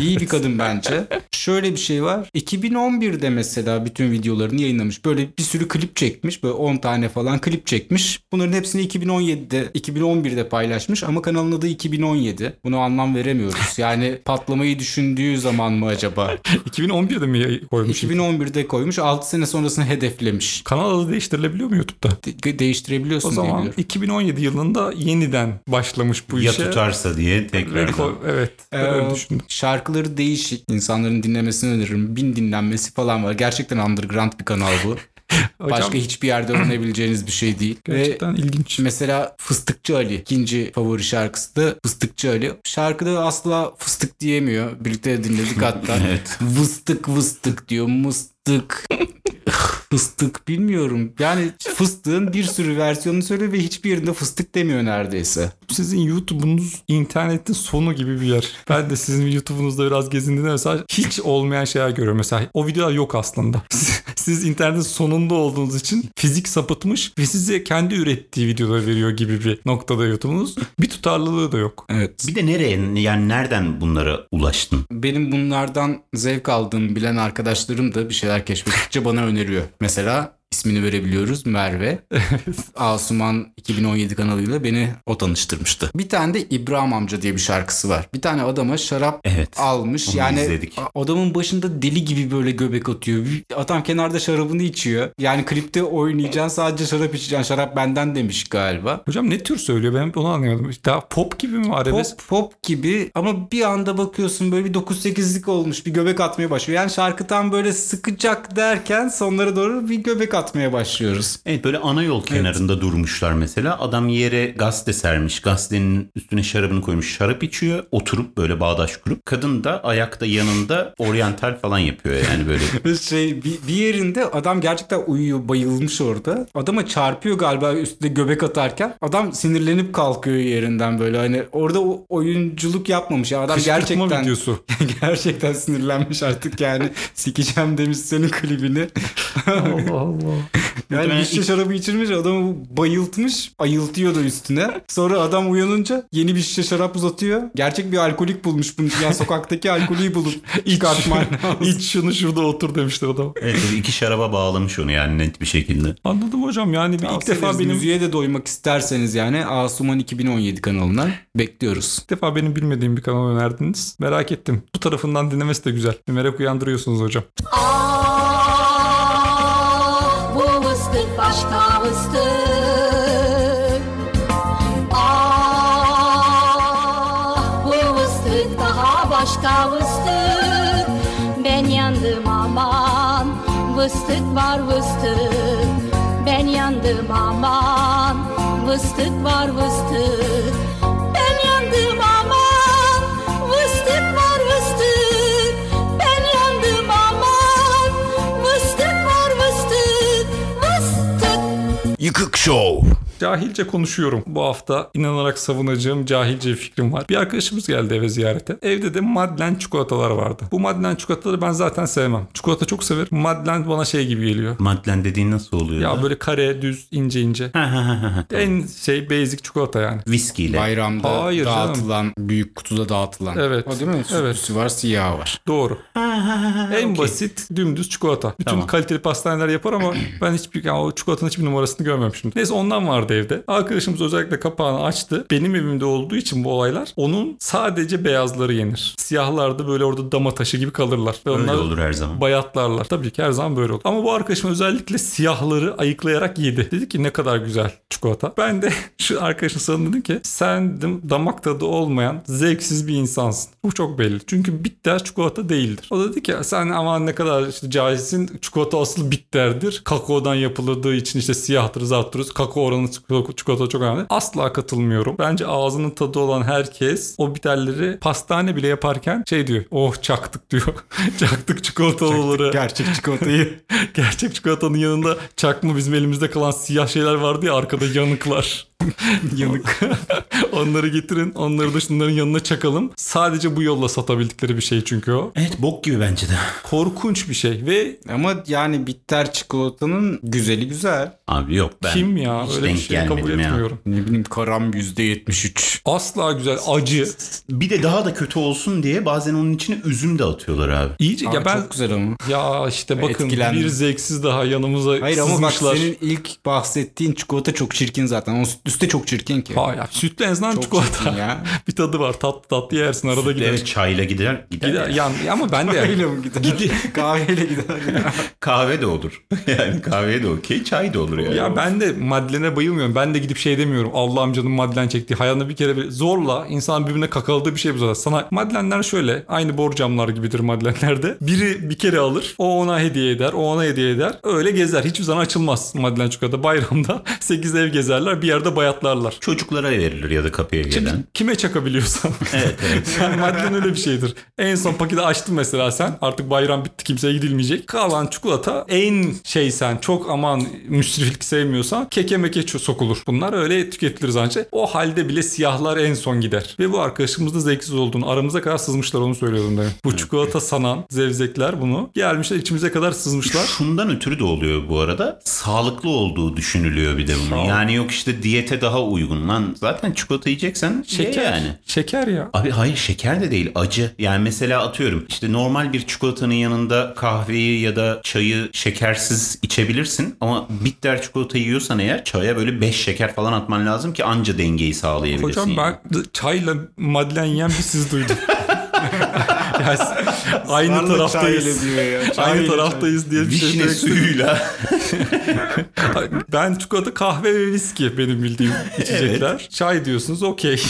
[SPEAKER 3] iyi bir kadın bence. Şöyle bir şey var. 2011'de mesela bütün videolarını yayınlamış. Böyle bir sürü klip çekmiş. Böyle 10 tane falan klip çekmiş. Bunların hepsini 2017'de 2011'de paylaşmış ama kanalın adı 2017. Buna anlam veremiyoruz. Yani patlamayı düşündüğü zaman mı acaba?
[SPEAKER 2] 2011'de mi yay- koymuş?
[SPEAKER 3] 2011'de koymuş. 6 sene sonrasını hedeflemiş.
[SPEAKER 2] Kanal adı değiştirilebiliyor mu YouTube'da?
[SPEAKER 3] De-
[SPEAKER 2] O
[SPEAKER 3] değiştirebiliyorsun diye
[SPEAKER 2] zaman
[SPEAKER 3] biliyorum.
[SPEAKER 2] 2017 yılında yeniden başlamış bu
[SPEAKER 1] ya
[SPEAKER 3] şey-
[SPEAKER 2] işe.
[SPEAKER 1] tutarsa diye
[SPEAKER 2] Ve
[SPEAKER 1] tekrar.
[SPEAKER 2] ko- Evet. ben
[SPEAKER 3] Ee,
[SPEAKER 2] öyle düşündüm.
[SPEAKER 3] Şarkıları değişik. İnsanların dinlemesini öneririm. Bin dinlenmesi falan var. Gerçekten underground bir kanal bu.
[SPEAKER 2] Hocam
[SPEAKER 3] Başka hiçbir yerde öğrenebileceğiniz bir şey değil. Ve
[SPEAKER 2] gerçekten ilginç.
[SPEAKER 3] mesela Fıstıkçı Ali. ikinci favori şarkısı da Fıstıkçı Ali. Şarkıda asla fıstık diyemiyor. Birlikte de dinledik hatta.
[SPEAKER 1] Evet.
[SPEAKER 3] Vıstık vıstık diyor. Mıstık. fıstık bilmiyorum. Yani fıstığın bir sürü versiyonunu söylüyor ve hiçbir yerinde fıstık demiyor neredeyse.
[SPEAKER 2] Sizin YouTube'unuz internetin sonu gibi bir yer. Ben de sizin YouTube'unuzda biraz gezindiğimde mesela hiç olmayan şeyler görüyorum. Mesela o videolar yok aslında. Siz- Siz internetin sonunda olduğunuz için fizik sapıtmış ve size kendi ürettiği videoları veriyor gibi bir noktada YouTube'unuz. Bir tutarlılığı da yok.
[SPEAKER 3] Evet.
[SPEAKER 1] Bir de nereye yani nereden bunlara ulaştın?
[SPEAKER 3] Benim bunlardan zevk aldığımı bilen arkadaşlarım da bir şeyler keşfettikçe bana öneriyor. Mesela ismini verebiliyoruz Merve. Asuman 2017 kanalıyla beni o tanıştırmıştı. Bir tane de İbrahim amca diye bir şarkısı var. Bir tane adama şarap
[SPEAKER 1] Evet.
[SPEAKER 3] almış.
[SPEAKER 1] Onu
[SPEAKER 3] yani
[SPEAKER 1] izledik.
[SPEAKER 3] a- adamın başında deli gibi böyle göbek atıyor. Bir- Adam kenarda şarabını içiyor. Yani klipte oynayacaksın sadece şarap içeceksin. Şarap benden demiş galiba.
[SPEAKER 2] Hocam ne tür söylüyor ben onu anlayamadım. Daha pop gibi mi arabesk?
[SPEAKER 3] Pop, pop gibi ama bir anda bakıyorsun böyle bir 9-8'lik olmuş bir göbek atmaya başlıyor. Yani şarkı tam böyle sıkacak derken sonlara doğru bir göbek atmaya başlıyoruz.
[SPEAKER 1] Evet böyle ana yol kenarında durmuşlar mesela. Adam yere gazete sermiş. Gazetenin üstüne şarabını koymuş. Şarap içiyor. Oturup böyle bağdaş kurup. Kadın da ayakta yanında oryantal falan yapıyor yani böyle.
[SPEAKER 3] Şey bir, bir yerinde adam gerçekten uyuyor bayılmış orada. Adama çarpıyor galiba üstüne göbek atarken. Adam sinirlenip kalkıyor yerinden böyle hani orada o oyunculuk yapmamış. ya. Adam
[SPEAKER 2] Kışkırtma
[SPEAKER 3] gerçekten
[SPEAKER 2] videosu.
[SPEAKER 3] gerçekten sinirlenmiş artık yani. Sikeceğim demiş senin klibini.
[SPEAKER 2] Allah Allah.
[SPEAKER 3] Yani
[SPEAKER 1] Muhtemelen
[SPEAKER 3] bir şişe
[SPEAKER 1] ilk-
[SPEAKER 3] şarabı içirmiş adamı bayıltmış ayıltıyordu üstüne. Sonra adam uyanınca yeni bir şişe şarap uzatıyor. Gerçek bir alkolik bulmuş bunu. Yani sokaktaki alkolü bulup çıkartman lazım.
[SPEAKER 2] İç şunu şurada otur demişler adam.
[SPEAKER 1] Evet böyle iki şaraba bağlamış onu yani net bir şekilde.
[SPEAKER 2] Anladım hocam yani bir ilk defa benim
[SPEAKER 3] Müziğe de doymak isterseniz yani Asuman 2017 kanalından bekliyoruz.
[SPEAKER 2] İlk defa benim bilmediğim bir kanal önerdiniz. Merak ettim. Bu tarafından dinlemesi de güzel. Bir merak uyandırıyorsunuz hocam.
[SPEAKER 4] Ah bu ıslık başka ıslık Ah bu ıslık daha başka ıslık Ben yandım aman Vıstık var vıstık Ben yandım aman Vıstık var vıstık Ben yandım aman Vıstık var vıstık Ben yandım aman Vıstık var vıstık Vıstık
[SPEAKER 5] Yıkık Show.
[SPEAKER 2] Cahilce konuşuyorum. Bu hafta inanarak savunacağım cahilce bir fikrim var. Bir arkadaşımız geldi eve ziyarete. Evde de Madlen çikolatalar vardı. Bu Madlen çikolataları ben zaten sevmem. Çikolata çok severim. Madlen bana şey gibi geliyor.
[SPEAKER 1] Madlen dediğin nasıl oluyor?
[SPEAKER 2] Ya
[SPEAKER 1] Ya
[SPEAKER 2] böyle kare, düz, ince ince. en şey basic çikolata yani.
[SPEAKER 1] Viskiyle.
[SPEAKER 3] Bayramda
[SPEAKER 2] Hayır canım.
[SPEAKER 3] dağıtılan büyük kutuda dağıtılan.
[SPEAKER 2] Evet.
[SPEAKER 3] O değil mi?
[SPEAKER 2] Evet.
[SPEAKER 3] Sütlüsü var siyahı var.
[SPEAKER 2] Doğru. en basit dümdüz çikolata. Bütün
[SPEAKER 1] Tamam.
[SPEAKER 2] kaliteli pastaneler yapar ama ben hiçbir ya o çikolatanın hiçbir numarasını görmemişim. Neyse ondan vardı evde. Arkadaşımız özellikle kapağını açtı. Benim evimde olduğu için bu olaylar onun sadece beyazları yenir. Siyahlar da böyle orada dama taşı gibi kalırlar. Ve
[SPEAKER 1] Öyle
[SPEAKER 2] onlar
[SPEAKER 1] olur her zaman.
[SPEAKER 2] bayatlarlar. Tabii ki her zaman böyle olur. Ama bu arkadaşım özellikle siyahları ayıklayarak yedi. Dedi ki ne kadar güzel çikolata. Ben de şu arkadaşın sana dedim ki sen dedim, damak tadı olmayan zevksiz bir insansın. Bu çok belli. Çünkü bitter çikolata değildir. O dedi ki sen aman ne kadar işte cahilsin çikolata asıl bitterdir. Kakaodan yapıldığı için işte siyahtır zarttır. Kakao oranı çiko- çikolata çok önemli. Asla katılmıyorum. Bence ağzının tadı olan herkes o biterleri pastane bile yaparken şey diyor. Oh çaktık diyor. çaktık çikolatalıları.
[SPEAKER 3] Gerçek çikolatayı.
[SPEAKER 2] Gerçek çikolatanın yanında çakma bizim elimizde kalan siyah şeyler vardı ya arkada yanıklar. Yanık. onları getirin. Onları da şunların yanına çakalım. Sadece bu yolla satabildikleri bir şey çünkü o.
[SPEAKER 1] Evet bok gibi bence de.
[SPEAKER 2] Korkunç bir şey ve
[SPEAKER 3] Ama yani bitter çikolatanın güzeli güzel.
[SPEAKER 1] Abi yok ben.
[SPEAKER 2] kim ya
[SPEAKER 1] hiç
[SPEAKER 2] öyle bir
[SPEAKER 1] denk
[SPEAKER 2] şey kabul
[SPEAKER 1] gelmedim ya.
[SPEAKER 2] etmiyorum.
[SPEAKER 3] Ne bileyim karam %73.
[SPEAKER 2] Asla güzel acı.
[SPEAKER 1] Bir de daha da kötü olsun diye bazen onun içine üzüm de atıyorlar abi.
[SPEAKER 2] İyice
[SPEAKER 3] Abi
[SPEAKER 2] ya ben
[SPEAKER 3] Çok güzel ama.
[SPEAKER 2] ya işte bakın
[SPEAKER 3] Etkilendim.
[SPEAKER 2] bir zevksiz daha yanımıza
[SPEAKER 3] Hayır ama bak
[SPEAKER 2] sızmışlar.
[SPEAKER 3] senin ilk bahsettiğin çikolata çok çirkin zaten. O sütlüsü de çok çirkin ki.
[SPEAKER 2] Hayır, sütlü en azından
[SPEAKER 3] çok
[SPEAKER 2] çikolata.
[SPEAKER 3] çirkin ya.
[SPEAKER 2] bir tadı var. Tatlı tatlı yersin arada gider.
[SPEAKER 1] Evet çayla gider. Gider.
[SPEAKER 2] Gider,
[SPEAKER 1] yani.
[SPEAKER 2] yani, ama ben de
[SPEAKER 3] Kahveyle mi gider? Kahveyle gider. ya.
[SPEAKER 1] Kahve de olur. yani kahve de okey çay da olur yani.
[SPEAKER 2] Ya ben de Madlen'e bayılmıyorum. Ben de gidip şey demiyorum. Allah amcanın Madlen çektiği. Hayatında bir kere bir zorla insan birbirine kakaladığı bir şey bu zaten. Sana Madlenler şöyle. Aynı borcamlar gibidir Madlenlerde. Biri bir kere alır. O ona hediye eder. O ona hediye eder. Öyle gezer. Hiçbir zaman açılmaz Madlen çikolata. Bayramda 8 ev gezerler. Bir yerde bayatlarlar.
[SPEAKER 1] Çocuklara verilir ya da kapıya gelen.
[SPEAKER 2] Kime çakabiliyorsan.
[SPEAKER 1] Evet evet.
[SPEAKER 2] Yani madden öyle bir şeydir. En son paketi açtın mesela sen. Artık bayram bitti kimseye gidilmeyecek. Kalan çikolata en şey sen çok aman müsriflik sevmiyorsan keke meke ço- sokulur. Bunlar öyle tüketilir zannedece. O halde bile siyahlar en son gider. Ve bu arkadaşımız da zevksiz olduğunu aramıza kadar sızmışlar onu söylüyordum demin. Bu çikolata sanan zevzekler bunu gelmişler içimize kadar sızmışlar.
[SPEAKER 1] Şundan ötürü de oluyor bu arada. Sağlıklı olduğu düşünülüyor bir de bunun. Yani yok işte diyete daha uygun lan. Zaten çikolata yiyeceksen şeker
[SPEAKER 2] Şeker.
[SPEAKER 1] Şey yani.
[SPEAKER 2] Şeker ya.
[SPEAKER 1] Abi hayır şeker de değil acı. Yani mesela atıyorum işte normal bir çikolatanın yanında kahveyi ya da çayı şekersiz içebilirsin. Ama bitter çikolata yiyorsan eğer çaya böyle 5 şeker falan atman lazım ki anca dengeyi sağlayabilesin.
[SPEAKER 2] Hocam
[SPEAKER 1] yani.
[SPEAKER 2] ben çayla madlen yiyen bir siz duydum. Ters. Aynı
[SPEAKER 3] Varlık
[SPEAKER 2] taraftayız.
[SPEAKER 3] çayıyla diyor ya.
[SPEAKER 2] Aynı
[SPEAKER 3] Çayıyla
[SPEAKER 2] taraftayız diye bir şey
[SPEAKER 1] Vişne
[SPEAKER 2] direkt-
[SPEAKER 1] suyuyla.
[SPEAKER 2] Ben çikolata, kahve ve viski benim bildiğim içecekler. Çay diyorsunuz okey.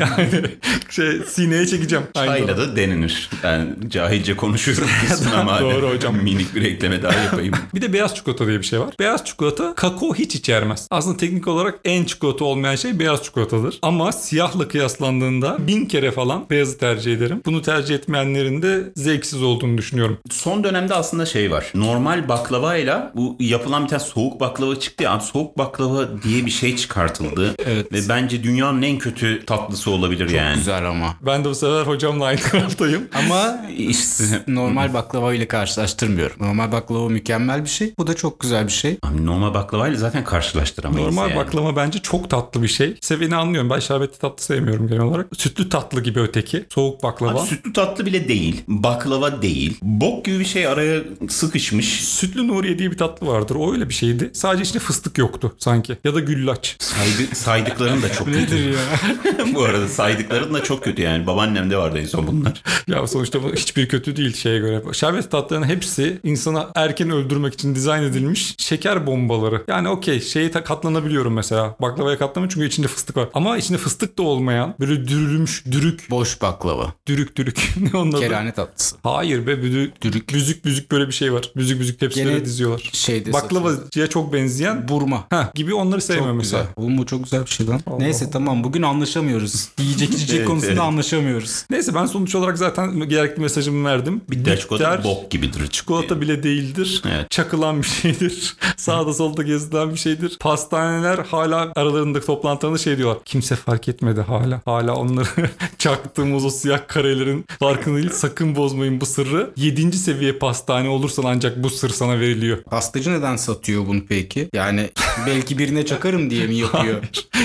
[SPEAKER 2] yani şey sineye çekeceğim. Aynı
[SPEAKER 1] Çayla
[SPEAKER 2] taraf.
[SPEAKER 1] da denenir. Ben cahilce konuşuyorum kısmen ama.
[SPEAKER 2] Doğru hocam.
[SPEAKER 1] Minik bir ekleme daha yapayım.
[SPEAKER 2] Bir de beyaz çikolata diye bir şey var. Beyaz çikolata kakao hiç içermez. Aslında teknik olarak en çikolata olmayan şey beyaz çikolatadır. Ama siyahla kıyaslandığında bin kere falan beyazı tercih ederim. Bunu tercih etmeyenlerin de zevksiz olduğunu düşünüyorum.
[SPEAKER 1] Son dönemde aslında şey var. Normal baklavayla bu yapılan bir tane soğuk baklava çıktı ya. Soğuk baklava diye bir şey çıkartıldı.
[SPEAKER 3] Evet.
[SPEAKER 1] Ve bence dünyanın en kötü tatlısı olabilir yani.
[SPEAKER 3] Güzel ama.
[SPEAKER 2] Ben de bu sefer hocamla aynı taraftayım.
[SPEAKER 3] Ama
[SPEAKER 1] İşte-
[SPEAKER 3] normal baklava ile karşılaştırmıyorum. Normal baklava mükemmel bir şey. Bu da çok güzel bir şey.
[SPEAKER 1] Abi normal baklavayla zaten karşılaştıramayız
[SPEAKER 2] Normal
[SPEAKER 1] yani.
[SPEAKER 2] baklava bence çok tatlı bir şey. Seveni anlıyorum. Ben şerbetli tatlı sevmiyorum genel olarak. Sütlü tatlı gibi öteki. Soğuk
[SPEAKER 1] Abi
[SPEAKER 2] baklava.
[SPEAKER 1] sütlü tatlı bile değil. Baklava değil. Bok gibi bir şey araya sıkışmış.
[SPEAKER 2] Sütlü Nuriye diye bir tatlı vardır. O öyle bir şeydi. Sadece içinde fıstık yoktu sanki. Ya da güllaç.
[SPEAKER 1] Saydı, saydıkların da çok kötü. Bu arada saydıkların da çok kötü yani. Babaannemde vardı en son bunlar.
[SPEAKER 2] ya sonuçta bu hiçbir kötü değil şeye göre. Şerbet tatlılarının hepsi insana erken öldürmek için dizayn edilmiş şeker bombaları. Yani okey şeye ta- katlanabiliyorum mesela. Baklavaya katlanamıyorum çünkü içinde fıstık var. Ama içinde fıstık da olmayan böyle dürülmüş dürük
[SPEAKER 3] Boş baklava.
[SPEAKER 2] dürük dürük ne onun adı?
[SPEAKER 3] Kerane tatlısı.
[SPEAKER 2] Hayır be büdük,
[SPEAKER 3] Dürük.
[SPEAKER 2] büzük büzük böyle bir şey var. Büzük büzük tepsilere
[SPEAKER 3] Gene şey
[SPEAKER 2] diziyorlar.
[SPEAKER 3] şeyde
[SPEAKER 2] Baklavacıya çok benzeyen bu
[SPEAKER 3] Burma.
[SPEAKER 2] Heh, gibi onları sevmiyorum
[SPEAKER 3] Çok güzel.
[SPEAKER 2] mesela.
[SPEAKER 3] Oğlum bu çok güzel bir şey lan.
[SPEAKER 2] Allah
[SPEAKER 3] Neyse
[SPEAKER 2] Allah.
[SPEAKER 3] tamam bugün anlaşamıyoruz. Yiyecek içecek
[SPEAKER 1] Evet,
[SPEAKER 3] konusunda
[SPEAKER 1] evet.
[SPEAKER 3] anlaşamıyoruz.
[SPEAKER 2] Neyse ben sonuç olarak zaten gerekli mesajımı verdim.
[SPEAKER 1] Bitter çikolata
[SPEAKER 2] Bitter
[SPEAKER 1] bok gibidir.
[SPEAKER 2] Çikolata bile değildir.
[SPEAKER 1] Evet.
[SPEAKER 2] Çakılan bir şeydir. Sağda solda gezilen bir şeydir. Pastaneler hala aralarındaki toplantılarında şey diyorlar. Kimse fark etmedi hala. Hala onları çaktığımız o siyah karelerin farkını değil. Sakın bozmayın bu sırrı. 7. seviye pastane olursan ancak bu sır sana veriliyor.
[SPEAKER 3] Pastacı neden satıyor bunu peki? Yani belki birine çakarım diye mi yapıyor?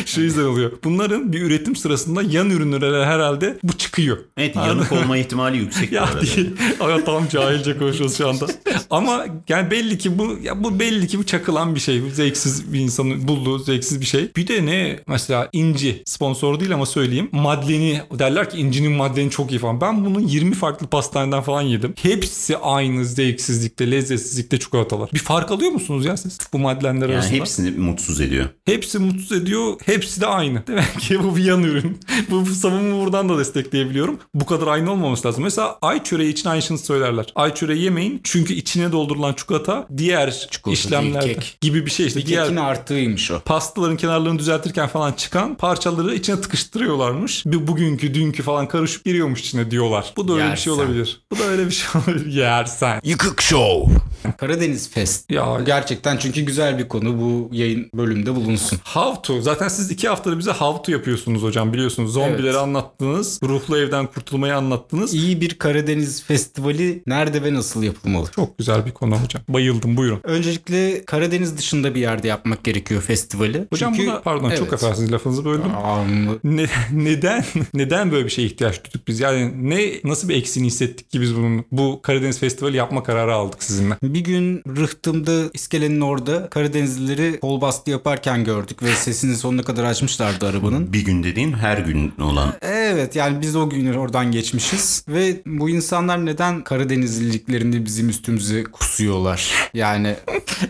[SPEAKER 2] şey yüzden oluyor. Bunların bir üretim sırasında yan ürünler herhalde bu çıkıyor.
[SPEAKER 1] Evet yanık olma ihtimali yüksek. bu
[SPEAKER 2] Ya
[SPEAKER 1] arada.
[SPEAKER 2] değil. Ama tam cahilce konuşuyoruz şu anda. Ama yani belli ki bu ya bu belli ki bu çakılan bir şey. Bu zevksiz bir insanın bulduğu zevksiz bir şey. Bir de ne mesela inci sponsor değil ama söyleyeyim. Madleni derler ki incinin madleni çok iyi falan. Ben bunun 20 farklı pastaneden falan yedim. Hepsi aynı zevksizlikte, lezzetsizlikte çikolatalar. Bir fark alıyor musunuz ya siz bu madlenler
[SPEAKER 1] Yani
[SPEAKER 2] arasında?
[SPEAKER 1] hepsini mutsuz ediyor.
[SPEAKER 2] Hepsi mutsuz ediyor. Hepsi de aynı. Demek ki bu bir yan ürün. bu bu savunumu buradan da destekleyebiliyorum. Bu kadar aynı olmaması lazım. Mesela ay çöreği için aynısını söylerler. Ay çöreği yemeyin çünkü içine doldurulan çikolata diğer
[SPEAKER 3] Çikolata
[SPEAKER 2] işlemlerde
[SPEAKER 3] değil, kek.
[SPEAKER 2] gibi bir şey işte. diğer
[SPEAKER 3] Kekin artığıymış o.
[SPEAKER 2] pastaların kenarlarını düzeltirken falan çıkan parçaları içine tıkıştırıyorlarmış. Bir bugünkü dünkü falan karışıp giriyormuş içine diyorlar. Bu da öyle bir şey
[SPEAKER 3] Yersen.
[SPEAKER 2] olabilir. Bu da öyle bir şey olabilir. Yersen.
[SPEAKER 5] Yıkık Show.
[SPEAKER 3] Karadeniz Fest.
[SPEAKER 2] Ya
[SPEAKER 3] Gerçekten çünkü güzel bir konu bu yayın bölümde bulunsun.
[SPEAKER 2] How to. Zaten siz iki haftada bize how to yapıyorsunuz hocam biliyorsunuz. Zombileri
[SPEAKER 3] Evet.
[SPEAKER 2] anlattınız. Ruhlu evden kurtulmayı anlattınız.
[SPEAKER 3] İyi bir Karadeniz Festivali nerede ve nasıl yapılmalı?
[SPEAKER 2] Çok güzel bir konu hocam. Bayıldım buyurun.
[SPEAKER 3] Öncelikle Karadeniz dışında bir yerde yapmak gerekiyor festivali.
[SPEAKER 2] Hocam
[SPEAKER 3] Çünkü-
[SPEAKER 2] buna pardon çok
[SPEAKER 3] Evet.
[SPEAKER 2] affedersiniz lafınızı böldüm.
[SPEAKER 3] Aa, bu-
[SPEAKER 2] Ne- neden neden böyle bir şeye ihtiyaç duyduk biz? Yani ne nasıl bir eksiğini hissettik ki biz bunun bu Karadeniz Festivali yapma kararı aldık sizinle.
[SPEAKER 3] Bir gün rıhtımda iskelenin orada Karadenizlileri kol bastı yaparken gördük ve sesini sonuna kadar açmışlardı arabanın.
[SPEAKER 1] Bir gün dediğin her gün olan
[SPEAKER 3] Evet yani biz o günü oradan geçmişiz ve bu insanlar neden Karadenizliliklerini bizim üstümüze kusuyorlar? Yani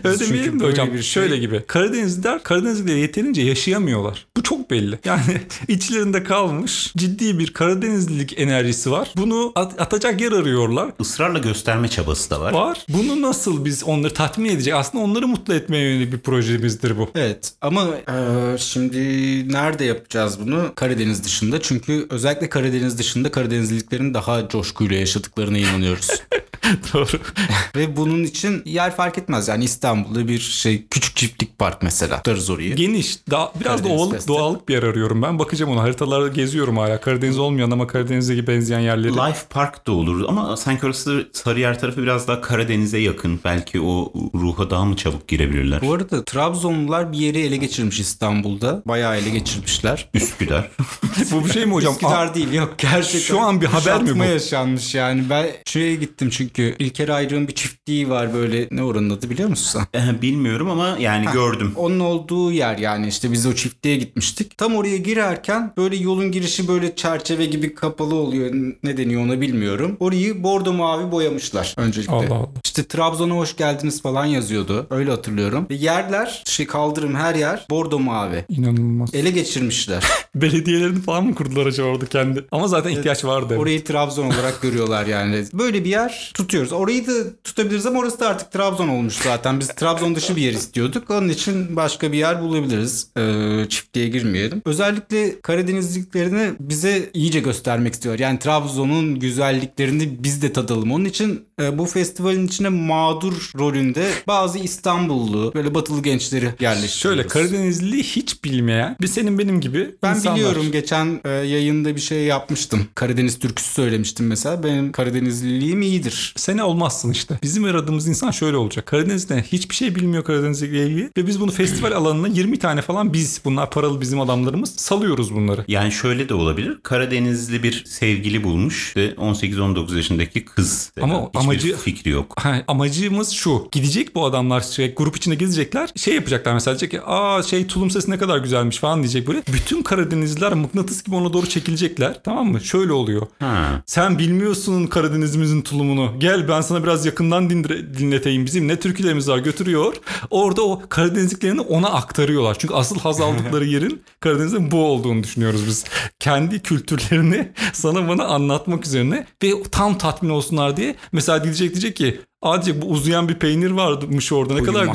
[SPEAKER 3] biz
[SPEAKER 2] Öyle
[SPEAKER 3] çünkü
[SPEAKER 2] demeyelim de
[SPEAKER 3] böyle
[SPEAKER 2] hocam
[SPEAKER 3] bir şey-
[SPEAKER 2] şöyle gibi. Karadenizliler Karadenizliler yeterince yaşayamıyorlar. Bu çok belli. Yani içlerinde kalmış ciddi bir Karadenizlilik enerjisi var. Bunu at- atacak yer arıyorlar.
[SPEAKER 1] ısrarla gösterme çabası da var.
[SPEAKER 2] Var. Bunu nasıl biz onları tatmin edecek? Aslında onları mutlu etmeye yönelik bir projemizdir bu.
[SPEAKER 3] Evet ama e, şimdi nerede yapacağız bunu? Karadeniz dışında çünkü özellikle Karadeniz dışında Karadenizliliklerin daha coşkuyla yaşadıklarına inanıyoruz.
[SPEAKER 2] Doğru.
[SPEAKER 3] Ve bunun için yer fark etmez. Yani İstanbul'da bir şey küçük çiftlik park mesela. Tutarız orayı.
[SPEAKER 2] Geniş. Da, biraz da
[SPEAKER 3] Karadeniz
[SPEAKER 2] ovalık,
[SPEAKER 3] Festi.
[SPEAKER 2] doğallık bir yer arıyorum ben. Bakacağım ona. Haritalarda geziyorum hala. Karadeniz olmayan ama Karadeniz'e gibi benzeyen yerleri.
[SPEAKER 1] Life Park da olur ama sanki orası da Sarıyer tarafı biraz daha Karadeniz'e yakın. Belki o ruha daha mı çabuk girebilirler?
[SPEAKER 3] Bu arada Trabzonlular bir yeri ele geçirmiş İstanbul'da. Bayağı ele geçirmişler.
[SPEAKER 1] Üsküdar.
[SPEAKER 2] bu bir şey mi hocam?
[SPEAKER 3] Üsküdar değil yok gerçekten.
[SPEAKER 2] Şu an bir haber mi bu?
[SPEAKER 3] Kuşatma yaşanmış yani. Ben şuraya gittim çünkü İlker Ayrık'ın bir çiftliği var böyle ne oranın adı biliyor musun? musun sen?
[SPEAKER 1] Eh, Bilmiyorum ama yani gördüm.
[SPEAKER 3] Onun olduğu yer yani işte biz o çiftliğe gitmiştik. Tam oraya girerken böyle yolun girişi böyle çerçeve gibi kapalı oluyor. Ne deniyor ona bilmiyorum. Orayı bordo mavi boyamışlar öncelikle.
[SPEAKER 2] Allah Allah.
[SPEAKER 3] İşte Trabzon'a hoş geldiniz falan yazıyordu. Öyle hatırlıyorum. Ve yerler, şey kaldırım her yer bordo mavi.
[SPEAKER 2] İnanılmaz.
[SPEAKER 3] Ele geçirmişler.
[SPEAKER 2] Belediyelerini falan mı kurdular acaba orada kendi? Ama zaten ihtiyaç vardı.
[SPEAKER 3] Orayı Trabzon olarak görüyorlar yani. Böyle bir yer tutuyoruz. Orayı da tutabiliriz ama orası da artık Trabzon olmuş zaten. Biz Trabzon dışı bir yer istiyorduk. Onun için başka bir yer bulabiliriz. Ee, çiftliğe girmeyelim. Özellikle Karadenizliklerini bize iyice göstermek istiyor. Yani Trabzon'un güzelliklerini biz de tadalım. Onun için e, bu festivalin içine mağdur rolünde bazı İstanbullu böyle batılı gençleri yerleştiriyoruz.
[SPEAKER 2] Şöyle Karadenizli hiç bilmeyen bir senin benim gibi
[SPEAKER 3] Ben
[SPEAKER 2] insanlar.
[SPEAKER 3] biliyorum geçen e, yayında bir şey yapmıştım. Karadeniz türküsü söylemiştim mesela. Benim Karadenizliliğim iyidir.
[SPEAKER 2] Sene olmazsın işte. Bizim aradığımız insan şöyle olacak. Karadeniz'de hiçbir şey bilmiyor Karadeniz'le ilgili. Ve biz bunu festival alanına 20 tane falan biz bunlar paralı bizim adamlarımız salıyoruz bunları.
[SPEAKER 1] Yani şöyle de olabilir. Karadenizli bir sevgili bulmuş. İşte 18-19 yaşındaki kız.
[SPEAKER 2] Ama
[SPEAKER 1] Hiçbir
[SPEAKER 2] amacı-
[SPEAKER 1] fikri yok.
[SPEAKER 2] Ha, amacımız şu. Gidecek bu adamlar şey, grup içinde gezecekler. Şey yapacaklar mesela diyecek ki aa şey tulum sesi ne kadar güzelmiş falan diyecek böyle. Bütün Karadenizliler mıknatıs gibi ona doğru çekilecekler. Tamam mı? Şöyle oluyor.
[SPEAKER 1] Ha.
[SPEAKER 2] Sen bilmiyorsun Karadenizimizin tulumunu. Gel ben sana biraz yakından dindire- dinleteyim. Bizim ne türkülerimiz var götürüyor. Orada o Karadenizliklerini ona aktarıyorlar. Çünkü asıl haz aldıkları yerin Karadeniz'in bu olduğunu düşünüyoruz biz. Kendi kültürlerini sana bana anlatmak üzerine ve tam tatmin olsunlar diye. Mesela gidecek diyecek ki Adicek bu uzayan bir peynir varmış orada ne kadar
[SPEAKER 3] Kuyumak.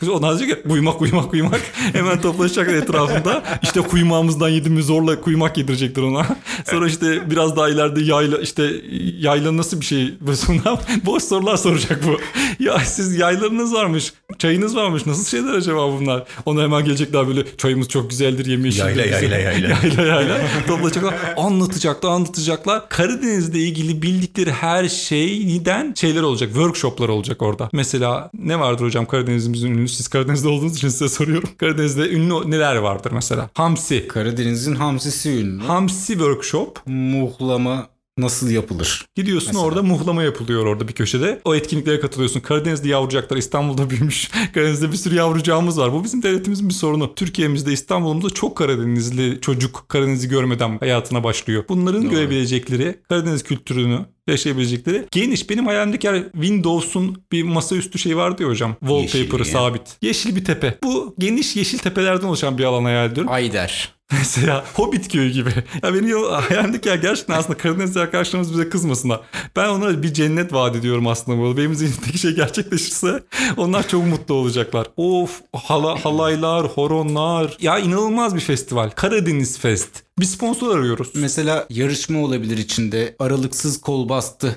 [SPEAKER 2] güzel. Ondan diyecek ki uyumak uyumak uyumak. Hemen toplaşacaklar etrafında. İşte kuymağımızdan yediğimi zorla kuymak yedirecektir ona. Sonra işte biraz daha ileride yayla işte yayla nasıl bir şey bundan boş sorular soracak bu. Ya siz yaylarınız varmış, çayınız varmış. Nasıl şeyler acaba bunlar? Ona hemen gelecekler böyle çayımız çok güzeldir yemeği
[SPEAKER 1] Yayla,
[SPEAKER 2] şimdi
[SPEAKER 1] yayla, yayla.
[SPEAKER 2] yayla yayla toplayacaklar. Anlatacaklar anlatacaklar. Karadeniz'le ilgili bildikleri her şeyden şeyler olacak. Workshoplar olacak orada. Mesela ne vardır hocam Karadeniz'imizin ünlü? Siz Karadeniz'de olduğunuz için size soruyorum. Karadeniz'de ünlü neler vardır mesela? Hamsi.
[SPEAKER 3] Karadeniz'in hamsisi ünlü.
[SPEAKER 2] Hamsi workshop.
[SPEAKER 3] Muhlama nasıl yapılır?
[SPEAKER 2] Gidiyorsun
[SPEAKER 3] Mesela.
[SPEAKER 2] orada muhlama yapılıyor orada bir köşede. O etkinliklere katılıyorsun. Karadeniz'de yavrucaklar İstanbul'da büyümüş. Karadeniz'de bir sürü yavrucağımız var. Bu bizim devletimizin bir sorunu. Türkiye'mizde İstanbul'umuzda çok Karadenizli çocuk Karadeniz'i görmeden hayatına başlıyor. Bunların görebilecekleri Karadeniz kültürünü yaşayabilecekleri geniş. Benim hayalimdeki yer Windows'un bir masaüstü şey vardı ya hocam. Wallpaper'ı
[SPEAKER 1] Yeşil ya.
[SPEAKER 2] sabit. Yeşil bir tepe. Bu geniş yeşil tepelerden oluşan bir alan hayal ediyorum.
[SPEAKER 3] Ayder.
[SPEAKER 2] Mesela Hobbit köyü gibi. Ya benim yol- hayalimdeki ya gerçekten aslında Karadenizli arkadaşlarımız bize kızmasınlar. Ben onlara bir cennet vaat ediyorum aslında bu. Benim zihnimdeki şey gerçekleşirse onlar çok mutlu olacaklar. Of hala, halaylar, horonlar. Ya inanılmaz bir festival. Karadeniz Fest. Bir sponsor arıyoruz.
[SPEAKER 3] Mesela yarışma olabilir içinde. Aralıksız kol bastı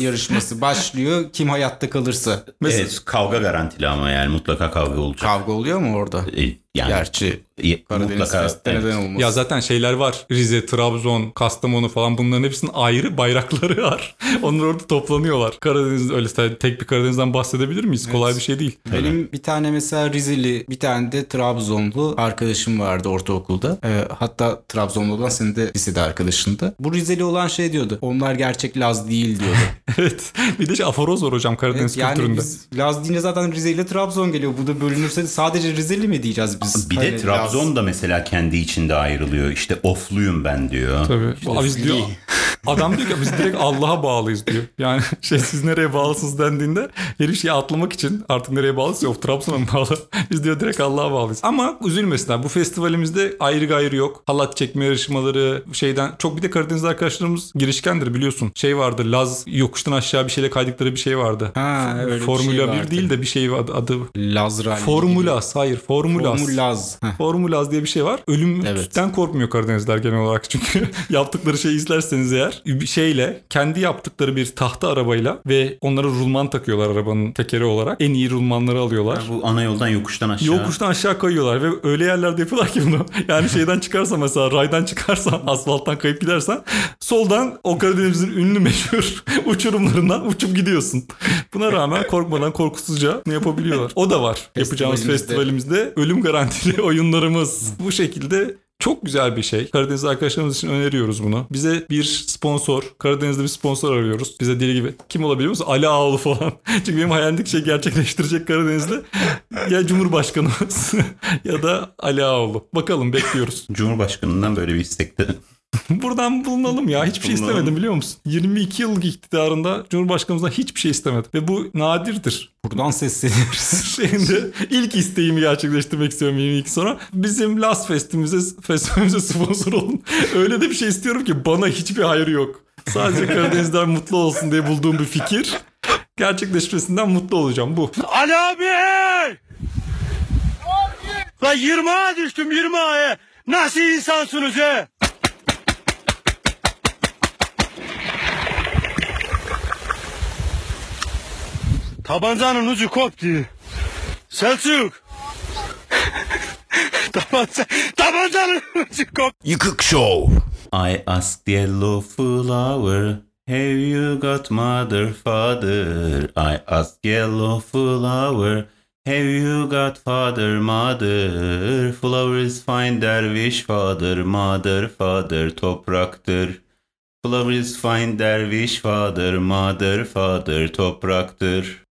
[SPEAKER 3] yarışması başlıyor. Kim hayatta kalırsa
[SPEAKER 2] Mesela
[SPEAKER 1] Evet, kavga garantili ama yani mutlaka kavga olacak.
[SPEAKER 3] kavga oluyor mu orada?
[SPEAKER 1] E, yani
[SPEAKER 3] Gerçi
[SPEAKER 1] e,
[SPEAKER 3] Karadeniz
[SPEAKER 1] mutlaka
[SPEAKER 3] Fest'te
[SPEAKER 1] evet.
[SPEAKER 3] neden olmaz?
[SPEAKER 2] Ya zaten şeyler var. Rize, Trabzon, Kastamonu falan bunların hepsinin ayrı bayrakları var. Onlar orada toplanıyorlar. Karadeniz öyle sadece tek bir Karadeniz'den bahsedebilir miyiz? Kolay bir şey değil.
[SPEAKER 3] Benim bir tane mesela Rizeli, bir tane de Trabzonlu arkadaşım vardı ortaokulda. Ee, hatta Trabzonlu olan senin de lisede arkadaşındı. Bu Rizeli olan şey diyordu. Onlar gerçek Laz değil diyordu.
[SPEAKER 2] Evet. Bir de şey, aforoz var hocam Karadeniz
[SPEAKER 3] yani
[SPEAKER 2] kültüründe.
[SPEAKER 3] biz Laz deyince zaten Rize ile Trabzon geliyor. Bu da bölünürse sadece Rizeli mi diyeceğiz biz?
[SPEAKER 1] Bir de
[SPEAKER 3] Hani
[SPEAKER 1] Trabzon
[SPEAKER 3] Laz-
[SPEAKER 1] da mesela kendi içinde ayrılıyor. İşte ofluyum ben diyor.
[SPEAKER 2] Tabii. Abi biz diyor, adam diyor ki biz direkt Allah'a bağlıyız diyor. Yani şey siz nereye bağlısınız dendiğinde her şeyi atlamak için artık nereye bağlıyız yok Trabzon'a mı bağlı? Biz diyor direkt Allah'a bağlıyız. Ama üzülmesinler bu festivalimizde ayrı gayrı yok. Halat çekme yarışmaları şeyden çok bir de Karadeniz arkadaşlarımız girişkendir biliyorsun. Şey vardı Laz yokuştan aşağı bir şeyle kaydıkları bir şey vardı.
[SPEAKER 3] Ha, öyle bir şey
[SPEAKER 2] Formula 1
[SPEAKER 3] vardı.
[SPEAKER 2] değil de bir şey adı. adı.
[SPEAKER 3] Laz Rally. gibi.
[SPEAKER 2] Formulas hayır Formulas.
[SPEAKER 3] Formulaz. Heh.
[SPEAKER 2] Formulaz diye bir şey var. Ölümden korkmuyor Karadenizler genel olarak çünkü yaptıkları şeyi izlerseniz eğer bir şeyle kendi yaptıkları bir tahta arabayla ve onlara rulman takıyorlar arabanın tekeri olarak. En iyi rulmanları alıyorlar.
[SPEAKER 1] Bu ana yoldan yokuştan aşağı.
[SPEAKER 2] Yokuştan aşağı kayıyorlar ve öyle yerlerde yapıyorlar ki bunu. Yani şeyden çıkarsa mesela raydan çıkarsan asfalttan kayıp gidersen soldan o Karadeniz'in ünlü meşhur uçurumlarından uçup gidiyorsun. Buna rağmen korkmadan korkusuzca ne yapabiliyorlar. O da var yapacağımız
[SPEAKER 3] Festivalimizde.
[SPEAKER 2] festivalimizde ölüm garantili oyunlarımız. Bu şekilde Çok güzel bir şey. Karadeniz arkadaşlarımız için öneriyoruz bunu. Bize bir sponsor, Karadeniz'de bir sponsor arıyoruz. Bize deli gibi. Kim olabiliyor musun? Ali Ağaoğlu falan. Çünkü benim hayalimdeki şey gerçekleştirecek Karadeniz'de. ya Cumhurbaşkanımız ya da Ali Ağaoğlu. Bakalım bekliyoruz.
[SPEAKER 1] Cumhurbaşkanından böyle bir istekte.
[SPEAKER 2] Buradan bulunalım ya. Hiçbir şey
[SPEAKER 1] Bulunalım.
[SPEAKER 2] istemedim biliyor musun? 22 yıllık iktidarında Cumhurbaşkanımızdan hiçbir şey istemedim. Ve bu nadirdir.
[SPEAKER 3] Buradan sesleniyoruz.
[SPEAKER 2] Şimdi ilk isteğimi gerçekleştirmek istiyorum 22 sonra. Bizim Last Fest'imize, festimize sponsor olun. Öyle de bir şey istiyorum ki bana hiçbir hayrı yok. Sadece Karadeniz'den mutlu olsun diye bulduğum bir fikir. Gerçekleşmesinden mutlu olacağım bu.
[SPEAKER 5] Ali abi! Lan 20'a düştüm 20'a. Nasıl insansınız he? Tabancanın ucu koptu. Selçuk. Tabanca, tabancanın ucu koptu. Yıkık Show.
[SPEAKER 1] I ask the yellow flower Have you got mother father? I ask yellow flower Have you got father mother? Flowers find derviş father mother father topraktır. Flowers find derviş father mother father topraktır.